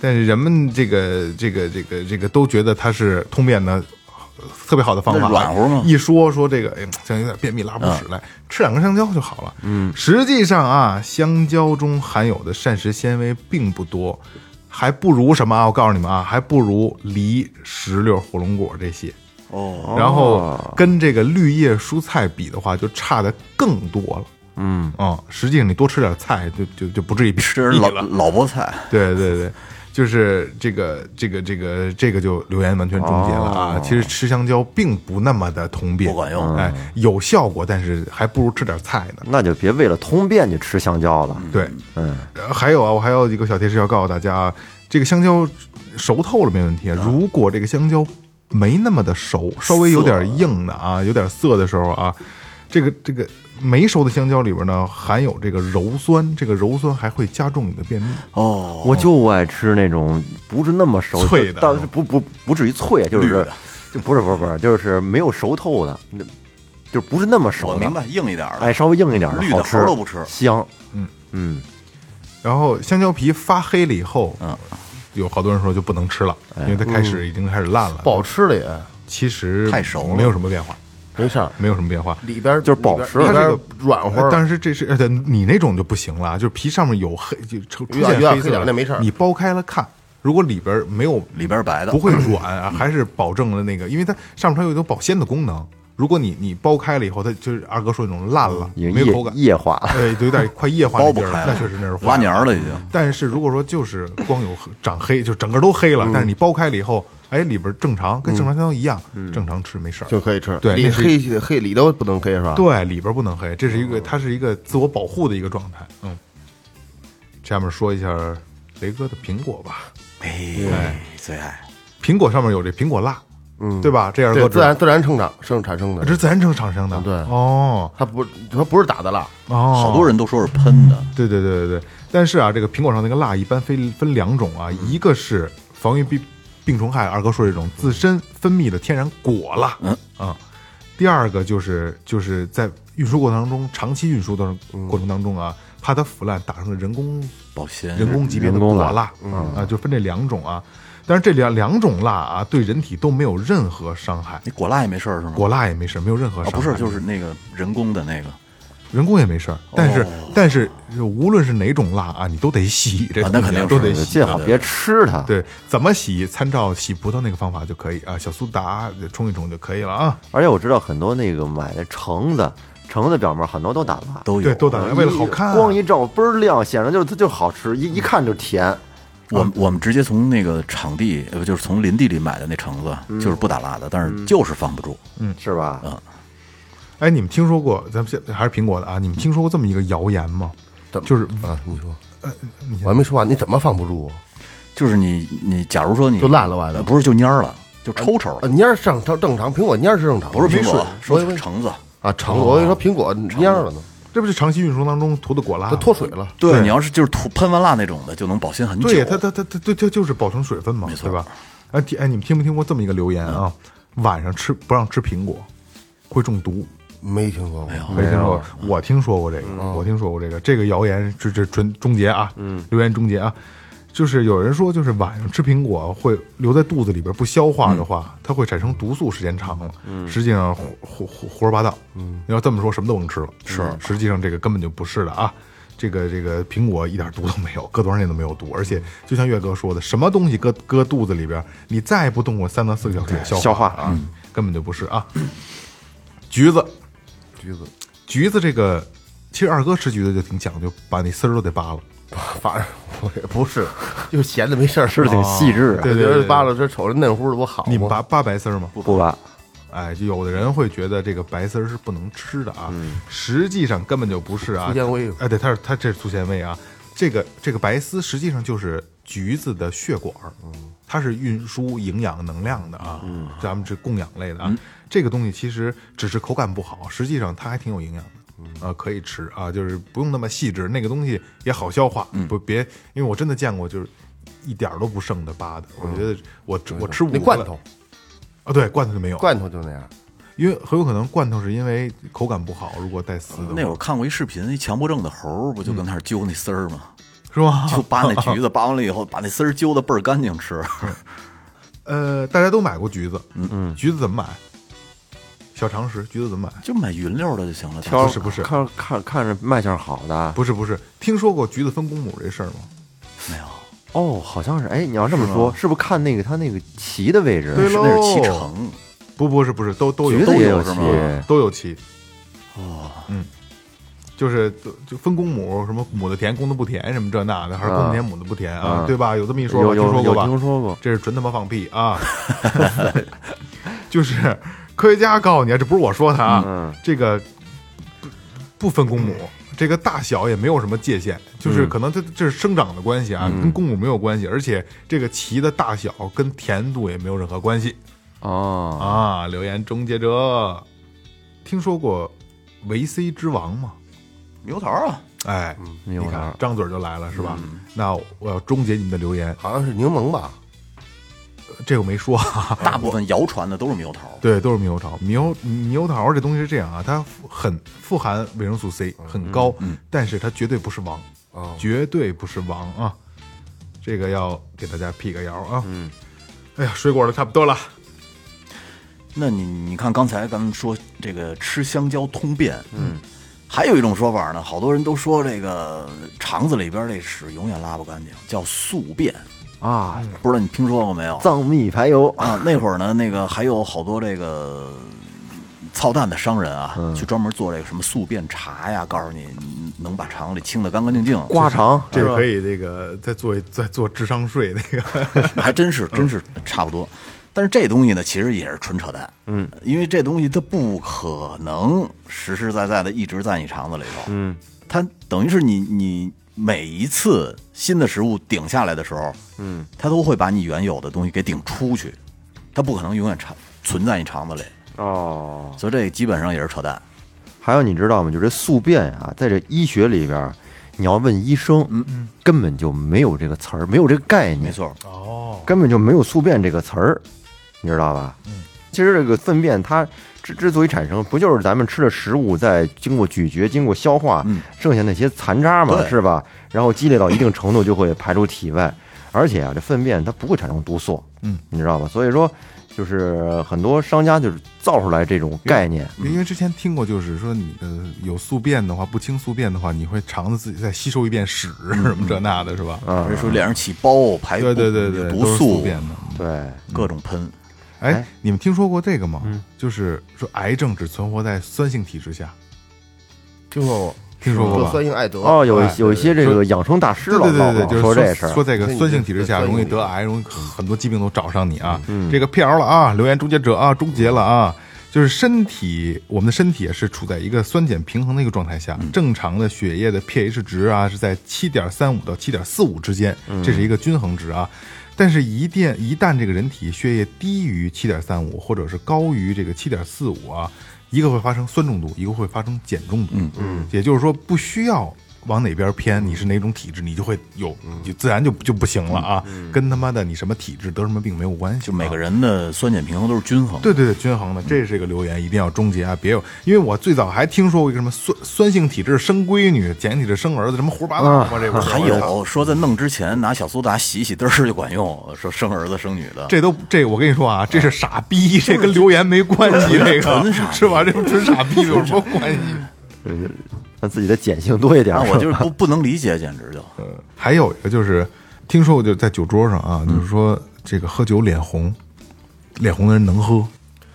S3: 但是人们这个这个这个这个都觉得它是通便的呃特别好的方法，
S5: 那软乎吗
S3: 一说说这个，哎，这有点便秘拉不出屎来，吃两根香蕉就好了。嗯，实际上啊，香蕉中含有的膳食纤维并不多，还不如什么啊？我告诉你们啊，还不如梨、石榴、火龙果这些。
S5: 哦，
S3: 然后跟这个绿叶蔬菜比的话，就差的更多了。嗯啊、实际上你多吃点菜，就就就不至于比
S5: 吃
S3: 腻
S5: 老
S3: 了。
S5: 老菠菜，
S3: 对对对，就是这个这个这个这个就留言完全终结了啊！其实吃香蕉并不那么的通便，
S5: 哦不管用
S3: 哎，有效果，但是还不如吃点菜呢。
S2: 那就别为了通便就吃香蕉了。
S3: 对，
S2: 嗯，
S3: 呃还有啊，我还有一个小贴士要告诉大家啊，这个香蕉熟透了没问题。啊
S5: 啊
S3: 如果这个香蕉没那么的熟，稍微有点硬的啊，有点涩的时候啊，这个这个没熟的香蕉里边呢含有这个鞣酸，这个鞣酸还会加重你的便秘。
S5: 哦，
S2: 我就爱吃那种不是那么熟
S3: 脆的
S2: 但是不不不至于脆，就
S5: 绿
S2: 是
S5: 的
S2: 就不是不是不是，就是没有熟透的，那就不是那么熟
S5: 我
S2: 的。
S5: 明白，硬一点儿的。
S2: 哎，稍微硬一点的
S5: 绿的
S2: 好吃，
S5: 猴都不吃
S2: 香。
S3: 嗯
S2: 嗯，
S3: 然后香蕉皮发黑了以后，
S5: 嗯
S3: 有好多人说就不能吃了，
S5: 哎
S3: 因为它开始已经开始烂了，
S4: 不好吃了也
S3: 其实
S5: 太熟了
S3: 没有什么变化，
S4: 没事儿，
S3: 没有什么变化。
S4: 里边
S2: 就是不好吃
S4: 里
S3: 它
S4: 边
S3: 这
S4: 里
S3: 个
S4: 边软
S3: 呃
S4: 和。
S3: 但是这是呃，对你那种就不行了，就是皮上面有黑，就出出
S4: 有点
S3: 现
S4: 有点
S3: 黑色
S4: 黑点
S3: 的，
S4: 儿那没事儿
S3: 你剥开了看，如果里边儿没有
S5: 里边儿白的
S3: 不会软啊，还是保证了那个，因为它上面它有一种保鲜的功能。如果你你剥开了以后，它就是二哥说那种烂了，
S2: 已经
S3: 没有口
S2: 液
S3: 感，哎
S2: 液化了。
S3: 对，有点快液化
S5: 剥
S3: 那
S5: 不
S3: 劲儿
S5: 开
S3: 了，
S5: 了
S3: 那确实那是
S5: 拉
S3: 坏。嗯
S5: 黏儿了已经。
S3: 但是如果说就是光有长黑，就整个都黑了，
S4: 嗯
S3: 但是你剥开了以后，哎，里边正常，跟正常香蕉一样，正常吃没事儿。
S4: 嗯就可以吃，
S3: 对
S4: 里
S3: 那是
S4: 黑黑里头不能黑是吧？
S3: 对，里边不能黑，这是一个，它是一个自我保护的一个状态。嗯，下面说一下雷哥的苹果吧，
S5: 哎，最爱
S3: 苹果上面有这苹果蜡，嗯，对吧？这样
S4: 对，
S3: 哥
S4: 自然自然生长生产生
S3: 这
S4: 的，
S3: 是自然生产生的，
S4: 对
S3: 哦
S4: 它不它不是打的蜡，
S3: 哦，
S5: 好多人都说是喷的，
S3: 对对对对对，但是啊，这个苹果上那个蜡一般分分两种啊，一个是防御病病虫害，二哥说这种自身分泌的天然果蜡，嗯啊，第二个就是就是在运输过程当中，长期运输的过程当中啊，怕它腐烂，打上了人工
S5: 保鲜
S3: 人工级别的
S2: 人工
S3: 果
S2: 蜡嗯
S3: 蜡，啊，就分这两种啊，但是这两两种蜡啊，对人体都没有任何伤害。
S5: 你果蜡也没事儿是吗？
S3: 果蜡也没事，没有任何
S5: 啊，
S3: 伤害。
S5: 不是，哦就是那个人工的那个
S3: 人工也没事儿，但是、但是无论是哪种蜡啊，你都得洗，这
S5: 啊那
S3: 东西
S5: 肯定
S3: 都
S5: 是对
S3: 得洗啊
S2: 最。好别吃它。
S3: 对，怎么洗？参照洗葡萄那个方法就可以啊，小苏打冲一冲就可以了啊。
S5: 哎
S2: 而且我知道很多那个买的橙子，橙子表面很多都打蜡，
S5: 都有。
S3: 对，都打哎为了好看。啊
S2: 光一照倍儿亮，显然就是它就好吃，一一看就甜。
S5: 我们我们直接从那个场地，呃，不就是
S3: 嗯
S5: 从林地里买的那橙子，就是不打蜡的，但是就是放不住。
S2: 是吧？
S3: 哎，你们听说过咱们现还是苹果的啊？你们听说过这么一个谣言吗？
S4: 怎么
S3: 就是
S4: 啊？你说，我还没说完，你怎么防不住啊？
S5: 就是你你假如说你
S4: 就烂了完了
S5: 呃不是就蔫儿了，就抽抽
S4: 啊，
S5: 了，
S4: 蔫儿正常正常，苹果蔫儿是正常的，
S5: 不是苹
S4: 没
S5: 果
S4: 说，
S5: 说
S4: 我以为
S5: 橙子。
S4: 啊，橙子，我跟你说苹果蔫儿了呢，
S3: 这不是长期运输当中涂的果蜡
S4: 它
S3: 吗？
S4: 脱水了。
S5: 对你要是就是吐喷完蜡那种的，就能保鲜很久。
S3: 对，它它它它它它就是保存水分嘛，对吧？哎，听哎，你们听没听过这么一个留言啊？晚上吃不让吃苹果，会中毒。
S4: 没听说过，
S3: 没听说过，我听说过这个，我听说过这个，这个谣言这这纯终结啊，嗯，留言终结啊，就是有人说，就是晚上吃苹果会留在肚子里边不消化的话，它会产生毒素，时间长了，实际上胡胡胡胡说八道，嗯，要这么说什么都能吃了，是，实际上这个根本就不是的啊。这个这个苹果一点毒都没有，搁多少年都没有毒，而且就像岳哥说的，什么东西搁搁肚子里边，你再不动我三到四个小时也消化
S2: 消化
S3: 啊，根本就不是啊。橘子，
S4: 橘子
S3: 橘子这个，其实二哥吃橘子就挺讲究，把那丝儿都得 扒了。
S4: 反正我也不是， 就是闲的没事儿哦
S2: 吃的挺细致啊，
S3: 对对
S4: 觉
S3: 对
S4: 得扒拉这瞅着嫩乎的不好吗？啊
S3: 你们扒扒白丝儿吗？
S2: 不吧？
S3: 哎，就有的人会觉得这个白丝儿是不能吃的啊，实际上根本就不是啊。
S4: 嗯粗纤维
S3: 哎，对，它是它这是粗纤维啊。这个这个白丝实际上就是橘子的血管儿，
S4: 嗯
S3: 它是运输营养能量的啊。咱们这供氧类
S4: 嗯
S3: 的啊，这个东西其实只是口感不好，实际上它还挺有营养的。
S4: 嗯
S3: 啊，可以吃啊，就是不用那么细致，那个东西也好消化，
S4: 嗯
S3: 不别，因为我真的见过，就是一点儿都不剩的扒的，我觉得我吃我吃五
S4: 哦那
S3: 个
S4: 罐头，
S3: 啊，对，罐头就没有，
S4: 罐头就那样，
S3: 因为很有可能罐头是因为口感不好，如果带丝的
S5: 嗯那
S3: 话，
S5: 会儿看过一视频，一强迫症的猴儿不就跟那儿揪那丝儿吗？
S3: 是吧？
S5: 就扒那橘子，扒完了以后把那丝儿揪的倍儿干净吃。
S3: 呃，大家都买过橘子，嗯嗯，橘子怎么买？小常识，橘子怎么买？
S5: 就买匀溜儿的就行了。
S2: 挑
S3: 不是不是
S2: 看看看着卖相好的啊
S3: 不是不是，听说过橘子分公母这事儿吗？
S5: 没有，
S2: 哦，好像是哎，你要这么说，是不是看那个它那个旗的位置？
S3: 对喽
S5: 那是脐橙，
S3: 不不是不是，都都有
S2: 橘子
S3: 都
S2: 也
S3: 有
S2: 有
S5: 是
S2: 旗
S5: 吗，
S3: 都有旗。哦，嗯，就是就就分公母，什么母的甜，公的不甜，什么这那的，还是公的甜，母的不甜啊，
S2: 啊
S3: 对吧？有这么一说吧，
S2: 有
S3: 听说
S2: 有
S3: 过吧？
S2: 有听说过，
S3: 这是纯他妈放屁啊！ 就是科学家告诉你啊，这不是我说的啊，
S2: 嗯
S3: 这个不不分公母，这个大小也没有什么界限，就是可能这这是生长的关系啊，跟公母没有关系，而且这个鳍的大小跟甜度也没有任何关系
S2: 哦，
S3: 啊。留言终结者，听说过维 C 之王吗？
S5: 牛头啊，
S3: 哎，你
S2: 牛
S3: 看
S2: 腩
S3: 张嘴就来了是吧？那我要终结你们的留言，
S4: 好像是柠檬吧？
S3: 这我没说啊。
S5: 大部分谣传的都是猕猴桃。
S3: 对，都是猕猴桃。猕猴猕猴桃这东西是这样啊，它富很富含维生素 C，很高，但是它绝对不是王，
S4: 哦
S3: 绝对不是王啊！这个要给大家辟个谣啊。嗯，哎呀，水果的差不多了，
S5: 那你你看刚才咱们说这个吃香蕉通便，嗯，还有一种说法呢，好多人都说这个肠子里边这屎永远拉不干净，叫宿便，
S2: 啊，
S5: 不知道你听说过没有？
S2: 藏秘排油，
S5: 啊，那会儿呢，那个还有好多这个操蛋的商人啊，去专门做这个什么宿便茶呀，告诉你嗯能把肠子里清的干干净净。
S2: 刮肠，
S3: 这个可以那个再做一再做智商税那个。
S5: 还真是，真是差不多。但是这东西呢，其实也是纯扯淡，嗯，因为这东西它不可能实实在在的一直在你肠子里头，嗯，它等于是你你每一次新的食物顶下来的时候，嗯，它都会把你原有的东西给顶出去，它不可能永远肠存在你肠子里，
S2: 哦。
S5: 所以这基本上也是扯淡。
S2: 还有你知道吗？就这宿便啊，在这医学里边儿，你要问医生，嗯嗯，根本就没有这个词儿，没有这个概
S5: 没
S2: 念，
S5: 错，
S3: 哦，
S2: 根本就没有宿便这个词儿，你知道吧？嗯，其实这个粪便它之之所以产生，不就是咱们吃的食物在经过咀嚼、经过消化，
S5: 嗯
S2: 剩下那些残渣嘛，
S5: 对
S2: 是吧？然后积累到一定程度就会排出体外，而且啊，这粪便它不会产生毒素，
S3: 嗯，
S2: 你知道吧？所以说，就是很多商家就是造出来这种概念，
S3: 因为之前听过，就是说你的有宿便的话，不清宿便的话，你会肠子自己再吸收一遍屎什么这那的，是吧？
S5: 而且说脸上起包、排
S3: 对对对
S5: 有
S3: 对，
S5: 毒
S3: 都是宿
S5: 素
S3: 便的。
S2: 对。
S5: 各种喷，
S3: 哎
S2: 哎，
S3: 你们听说过这个吗？就是说，癌症只存活在酸性体质下，
S4: 听说过，
S3: 听说过
S4: 得
S3: 吧
S4: 酸性艾德
S2: 哦，有
S4: 哎
S2: 有一些这个养生大师
S3: 对
S2: 老
S3: 对
S2: 老
S3: 对对，就
S2: 老
S3: 是
S2: 说这
S3: 说
S2: 事儿，啊
S3: 说这个酸性体质下容易
S2: 嗯
S3: 得癌，容易很多疾病都找上你啊。这个辟谣了啊，留言终结者啊，终结了啊。就是身体，我们的身体也是处在一个酸碱平衡的一个状态下，
S2: 嗯
S3: 正常的血液的 pH 值啊是在七点三五到七点四五之间，
S2: 嗯
S3: 这是一个均衡值啊。但是，一旦一旦这个人体血液低于七点三五，或者是高于这个七点四五啊，一个会发生酸中毒，一个会发生碱中毒。嗯嗯，也就是说，不需要往哪边偏，你是哪种体质，你就会有，就自然就就不行了啊，跟他妈的你什么体质得什么病没有关系啊。
S5: 就每个人的酸碱平衡都是均衡。
S3: 对对对，均衡的，这是一个留言，一定要终结啊！别有，因为我最早还听说过一个什么酸酸性体质生闺女，碱性体质生儿子，什么胡说八道嘛，这不是
S5: 啊还有说在弄之前拿小苏打洗一洗嘚儿就管用，说生儿子生女的，
S3: 这都这我跟你说啊，这是傻逼，这跟留言没关 系，这个是吧？这纯傻逼有什么关系？
S2: 让呃自己的碱性多一点
S5: 那
S2: 儿。
S5: 我就是不不能理解，简直就
S3: 还有一个就是，听说过就在酒桌上啊，
S4: 嗯
S3: 就是说这个喝酒脸红，脸红的人能喝，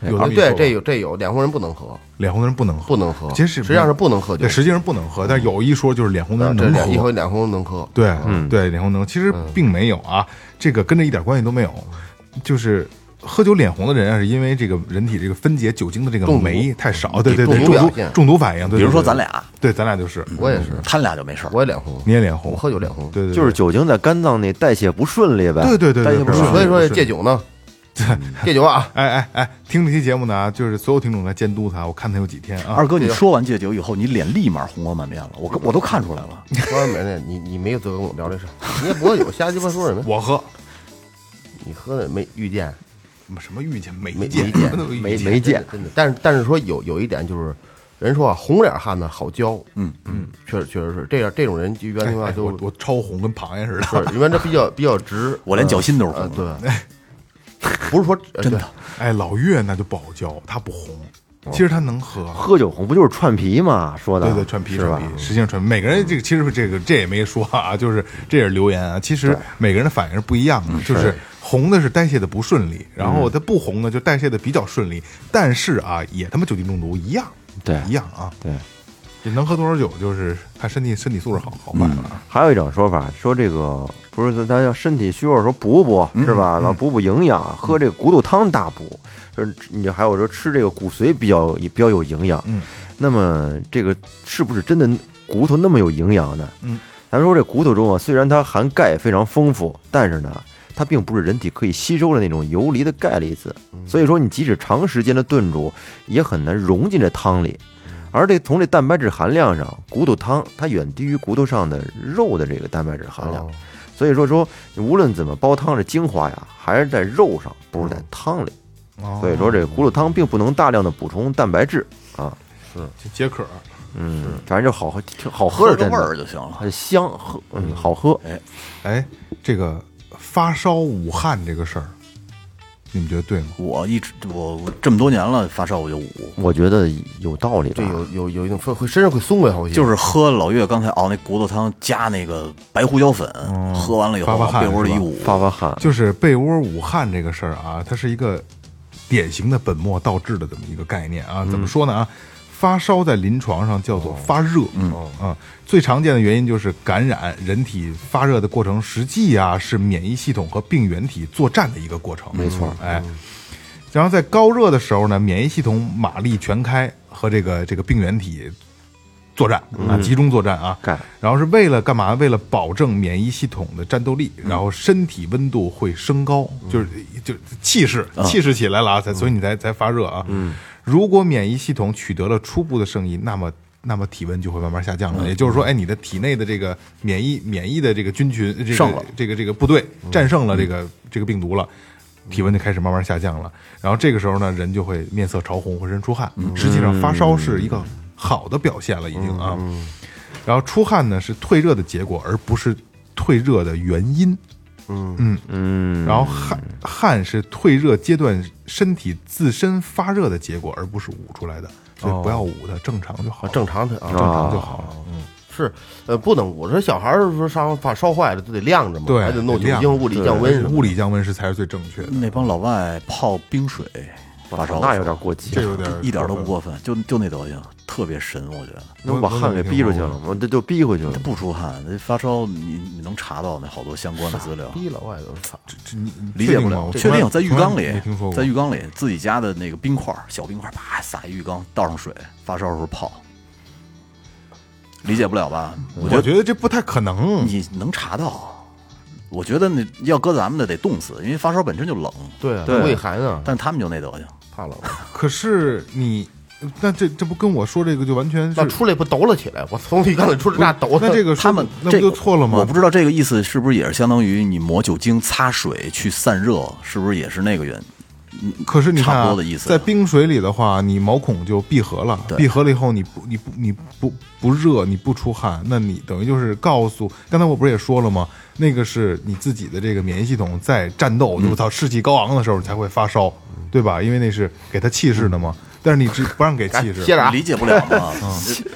S3: 有
S4: 啊
S3: 的，
S4: 对，这有这有，脸红人不能喝，
S3: 脸红的人不能喝，
S4: 不能喝，
S3: 其实
S4: 实际上是不能喝酒
S3: 对，，实际上不能喝，但是有一说就是脸红的
S4: 啊
S3: 人
S4: 这
S3: 能
S4: 脸
S3: 喝，
S4: 以后脸红能喝，
S3: 对，
S4: 嗯
S3: 对，脸红灯其实并没有啊，这个跟这一点关系都没有。就是喝酒脸红的人啊，是因为这个人体这个分解酒精的这个
S4: 中毒
S3: 酶太少，对对对，
S4: 中毒
S3: 中
S4: 表
S3: 毒
S4: 现
S3: 中毒反应。对
S5: 比如说
S3: 对对
S5: 咱俩
S3: 对，咱俩就是，
S4: 我也是，
S5: 他俩就没事儿。
S4: 我也脸红，
S3: 你也脸红，
S4: 我喝酒脸红，
S3: 对对，对
S2: 就是酒精在肝脏内代谢不顺利呗。
S3: 对对对
S2: 代
S3: 对
S2: 谢不
S3: 不
S2: 顺
S3: 是
S2: 利。
S4: 所以说
S3: 是
S4: 戒酒呢，戒酒啊，
S3: 哎哎哎，听这期节目呢啊，就是所有听众来监督他，我看他有几天啊。
S5: 二哥，你说完戒酒以后，你脸立马红光满面了，我我都看出来了。
S4: 说没的，你你没有资格跟我聊这事儿，你也不喝酒，瞎鸡巴说什么？
S3: 我喝
S4: 你喝的没遇见，
S3: 什么遇见没
S4: 没
S3: 见
S4: 没
S3: 什
S4: 见
S3: 么都遇
S2: 没
S3: 见
S2: 没见
S4: 真的真的。但是但是说有有一点就是，人说啊，红脸汉子好教，嗯嗯，确实确实是这样，这种人就一般情况
S3: 哎
S4: 下
S3: 我
S4: 都
S3: 我超红跟螃蟹似的。
S4: 是，因为这比较比较直，
S5: 我连脚心都是
S4: 呃
S5: 红的
S4: 对， 不是说呃真的，
S3: 哎，老岳那就不好教，他不红，其实他能哦喝。啊
S2: 喝酒红不就是串皮嘛？说的
S3: 对对，串皮
S2: 是吧
S3: 串皮？，实际上串皮每个人这个其实这个这也没说啊，就是这也是留言啊。其实每个人的反应是不一样的，嗯就是嗯红的是代谢的不顺利，然后它不红呢就代谢的比较顺利，但是啊也他妈酒精中毒一样，
S2: 对
S3: 一样啊。
S2: 对。
S3: 你能喝多少酒，就是看身体身体素质好好坏了啊。
S2: 还有一种说法，说这个不是咱要身体虚弱的时候补补
S3: 嗯
S2: 是吧？然后补补营养，喝这个骨头汤大补。就是你还有说吃这个骨髓比较比较有营养。
S3: 嗯，
S2: 那么这个是不是真的骨头那么有营养呢？
S3: 嗯，
S2: 咱说这骨头中啊，虽然它含钙非常丰富，但是呢。它并不是人体可以吸收的那种游离的钙离子，
S3: 嗯
S2: 所以说你即使长时间的炖煮，也很难融进这汤里。而这从这蛋白质含量上，骨头汤它远低于骨头上的肉的这个蛋白质含量，所以说说你无论怎么煲汤，这精华呀还是在肉上，不是在汤里。
S3: 哦
S2: 嗯所以说这骨头汤并不能大量的补充蛋白质啊，
S3: 解渴，
S2: 嗯，反正就好喝，挺好喝
S5: 喝
S2: 是
S5: 着
S2: 真
S5: 味儿
S2: 的，
S5: 就行了。
S2: 很香，喝嗯好喝。
S3: 哎，这个发烧捂汗这个事儿，你们觉得对吗？
S5: 我一直我我这么多年了，发烧我就捂，
S2: 我觉得有道理吧
S4: 这，有有有一种会会身上会松快好些，
S5: 就是喝老岳刚才熬那骨头汤加那个白胡椒粉，喝完了以后
S3: 发发
S5: 往
S3: 汗
S5: 被窝里一
S3: 是吧
S5: 捂，
S2: 发发汗，
S3: 就是被窝捂汗这个事儿啊，它是一个典型的本末倒置的这么一个概念啊。怎么说呢啊？发烧在临床上叫做发热，嗯啊，最常见的原因就是感染。人体发热的过程，实际啊是免疫系统和病原体作战的一个过程。没错，哎，然后在高热的时候呢，免疫系统马力全开和这个这个病原体作战啊，集中作战啊。
S2: 干
S3: 然后是为了干嘛？为了保证免疫系统的战斗力，然后身体温度会升高，就是就是气势气势起来了啊，才所以你才才发热啊。嗯，如果免疫系统取得了初步的胜利，那么。那么体温就会慢慢下降了，也就是说，哎，你的体内的这个免疫免疫的这个军群，这
S5: 胜
S3: 个
S5: 了
S3: 这个这个部队战胜了这个这个病毒了，体温就开始慢慢下降了。然后这个时候呢，人就会面色潮红，浑身出汗。实际上，发烧是一个好的表现了，已经啊。然后出汗呢是退热的结果，而不是退热的原因。
S2: 嗯，
S3: 然后汗汗是退热阶段身体自身发热的结果，而不是捂出来的。所以不要捂它，正常就好
S4: 啊
S5: 哦
S3: 了，
S4: 正常的啊，
S3: 正常就好了。嗯
S4: 是，呃，不能捂。说小孩儿说烧发烧坏了，就得晾着嘛，
S3: 对
S4: 还得弄酒
S3: 得晾
S4: 精物理降温什么
S5: 嗯
S4: 的。
S3: 物理降温是才是最正确的。
S5: 那帮老外泡冰水，发烧，
S2: 那有点过激
S3: 这
S2: 了。
S3: 有点
S5: 一点都不过分，就就那德行，特别神，我觉得。
S2: 那不把汗给逼出去了吗？这就逼回去了。
S5: 不出汗，那发烧你你能查到那好多相关的资料，
S4: 逼老外都是操，
S3: 这你你
S5: 理解不
S3: 确定吗
S5: 了。
S3: 我
S5: 确
S3: 从来
S5: 定在浴
S3: 从来
S5: 缸里
S3: 没听说，过
S5: 在浴缸里自己家的那个冰块儿，小冰块儿啪撒一浴缸，倒上水，发烧的时候泡。理解不了吧？我
S3: 我
S5: 觉得
S3: 觉得这不太可能。
S5: 你能查到。我觉得那要搁咱们的得冻死，因为发烧本身就冷，
S4: 对啊，
S2: 对
S4: 胃寒啊，
S5: 但他们就那德行。
S4: 怕冷，
S3: 可是你，那这这不跟我说这个就完全是
S4: 那出来不抖了起来，我从浴缸里出来那抖
S3: 那
S4: 了，
S3: 这个说
S5: 他们
S3: 那不
S5: 这
S3: 就
S5: 个
S3: 错了吗？
S5: 我不知道这个意思是不是也是相当于你抹酒精擦水去散热，是不是也是那个原因？
S3: 可是你看、
S5: 差不
S3: 啊
S5: 多的意，思
S3: 在冰水里的话，你毛孔就闭合了，
S5: 对
S3: 闭合了以后，你不你不你不不热，你不出汗，那你等于就是告诉，刚才我不是也说了吗？那个是你自己的这个免疫系统在战斗，
S5: 嗯
S3: 就我操，士气高昂的时候你才会发烧，对吧？因为那是给他气势的
S5: 嗯
S3: 嘛。但是你只不让给气
S5: 哎
S3: 势，
S4: 接着啊
S5: 理，解不了 嘛。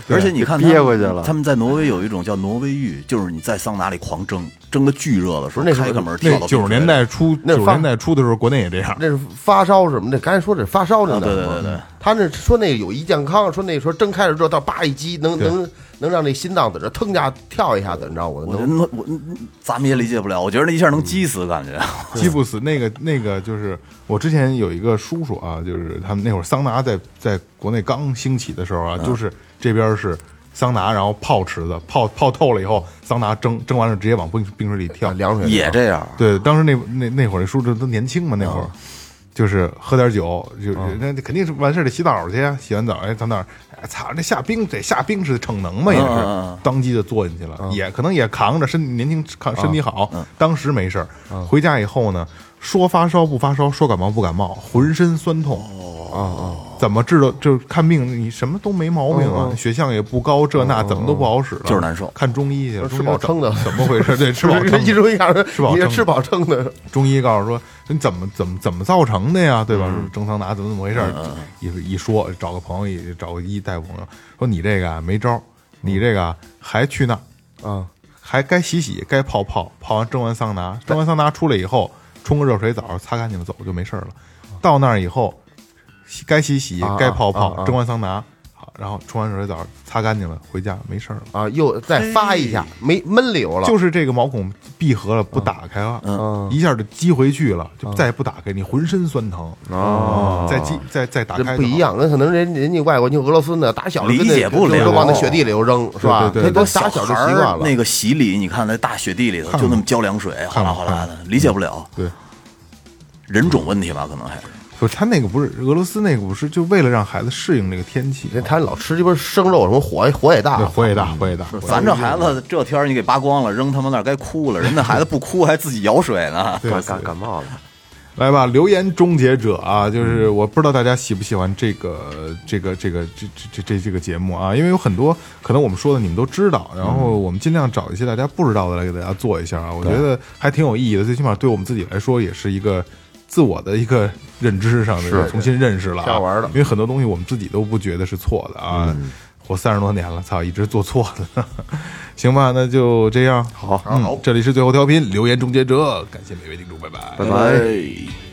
S5: 而且你看他们，
S2: 憋回去了
S5: 他们在挪威有一种叫挪威浴，就是你在桑拿里狂蒸，蒸的巨热的时候，
S4: 不是那时候
S5: 开个门跳
S3: 那
S5: 到
S3: 九十年代初，
S4: 那
S3: 九十
S4: 发
S3: 年代初的时候，国内也这样。
S4: 那是发烧什么的，刚才说这是发烧
S3: 啊
S4: 着呢，
S5: 对对对对，
S4: 他那说那有益健康，说那时候蒸开了之后，到叭一激，能
S3: 对
S4: 能能让那心脏在这腾下跳一下子，你知道我
S5: 我觉
S4: 能
S5: 得那我咱们也理解不了，我觉得那一下能激死，感觉
S3: 基布斯那个那个就是我之前有一个叔叔啊，就是他们那会儿桑拿在在国内刚兴起的时候啊，
S4: 嗯
S3: 就是这边是桑拿，然后泡池子泡泡透了以后，桑拿蒸蒸完了直接往冰冰水里跳。
S4: 凉水
S5: 也这样。
S3: 对，当时那那那会儿那叔叔都年轻嘛，那
S5: 嗯
S3: 会儿。就是喝点酒，就那肯定是完事儿得洗澡去啊，洗完澡哎到那儿，哎操，这下冰得下冰是逞能嘛，也
S5: 嗯嗯
S3: 是当即就坐进去了，也可能也扛着，身体年轻扛
S5: 嗯
S3: 身体好，当时没事儿，回家以后呢，说发烧不发烧，说感冒不感冒，浑身酸痛，哦，怎么治疗就是看病，你什么都没毛病
S5: 嗯
S3: 啊，血象也不高，这那怎么都不好使了，
S5: 就是难受
S3: 看中医去了，
S4: 吃
S3: 中医
S4: 饱
S3: 怎
S4: 撑的
S3: 怎么回事？ 对，吃饱撑的
S4: 一说一下，
S3: 吃饱
S4: 你
S3: 撑
S4: 这吃饱撑的，
S3: 中医告诉说你怎么怎么怎么造成的呀，对吧？
S4: 嗯
S3: 说蒸桑拿怎么怎么回事儿？一一说找个朋友，一找个医大夫朋友说你这个啊没招儿，你这个啊还去那儿
S4: 啊，
S3: 还该洗洗，该泡泡，泡完蒸完桑拿，蒸完桑拿出来以后冲个热水澡，擦干净了走就没事儿了。到那儿以后洗该洗洗
S4: 啊，
S3: 该泡
S4: 啊啊
S3: 泡，
S4: 啊
S3: 蒸完桑拿，好，然后冲完热水澡擦干净了回家没事儿了。
S4: 啊，又再发一下，没闷溜了，
S3: 就是这个毛孔闭合了，不打开了，一下就激回去了，就再也不打开，你浑身酸疼
S2: 哦
S3: 嗯再激再再打
S4: 这
S3: 开
S4: 不
S3: 就好
S4: 一，样，那可能人人家外国，你俄罗斯呢，打小就跟那
S5: 理解不了
S4: 就就往那雪地里头扔，是吧？
S3: 哦对
S4: 那
S3: 对对
S4: 都
S5: 那
S4: 打小就
S5: 孩
S4: 习
S5: 儿
S4: 惯了。
S5: 那个洗礼，你看在大雪地里头就那么浇凉水，哗啦哗啦的，理解不了。
S3: 对，
S5: 人种问题吧，可能还是。
S4: 嗯
S3: 不是他那个不是俄罗斯那个不是，就为了让孩子适应这个天气，
S4: 人他老吃鸡巴生肉，什么火火也大
S3: 对，，火也大，火也大，火也大
S5: 咱这孩子这天儿你给扒光了，扔他妈那儿该哭了。人那孩子不哭，还自己舀水呢。
S3: 对
S2: 感感感冒了，
S3: 来吧，留言终结者啊，就是我不知道大家喜不喜欢这个这个这个这这这这这个节目啊，因为有很多可能我们说的你们都知道，然后我们尽量找一些大家不知道的来给大家做一下啊，我觉得还挺有意义的，最起码对我们自己来说也是一个自我的一个认知上的重新认识了、啊，
S4: 挺好玩的嗯
S3: 因为很多东西我们自己都不觉得是错的啊，活三十多年了，操，一直做错的， 行吧，那就这样，好，嗯，这里是最后调频，留言终结者，感谢每位听众，拜拜
S2: 拜拜。
S5: 哎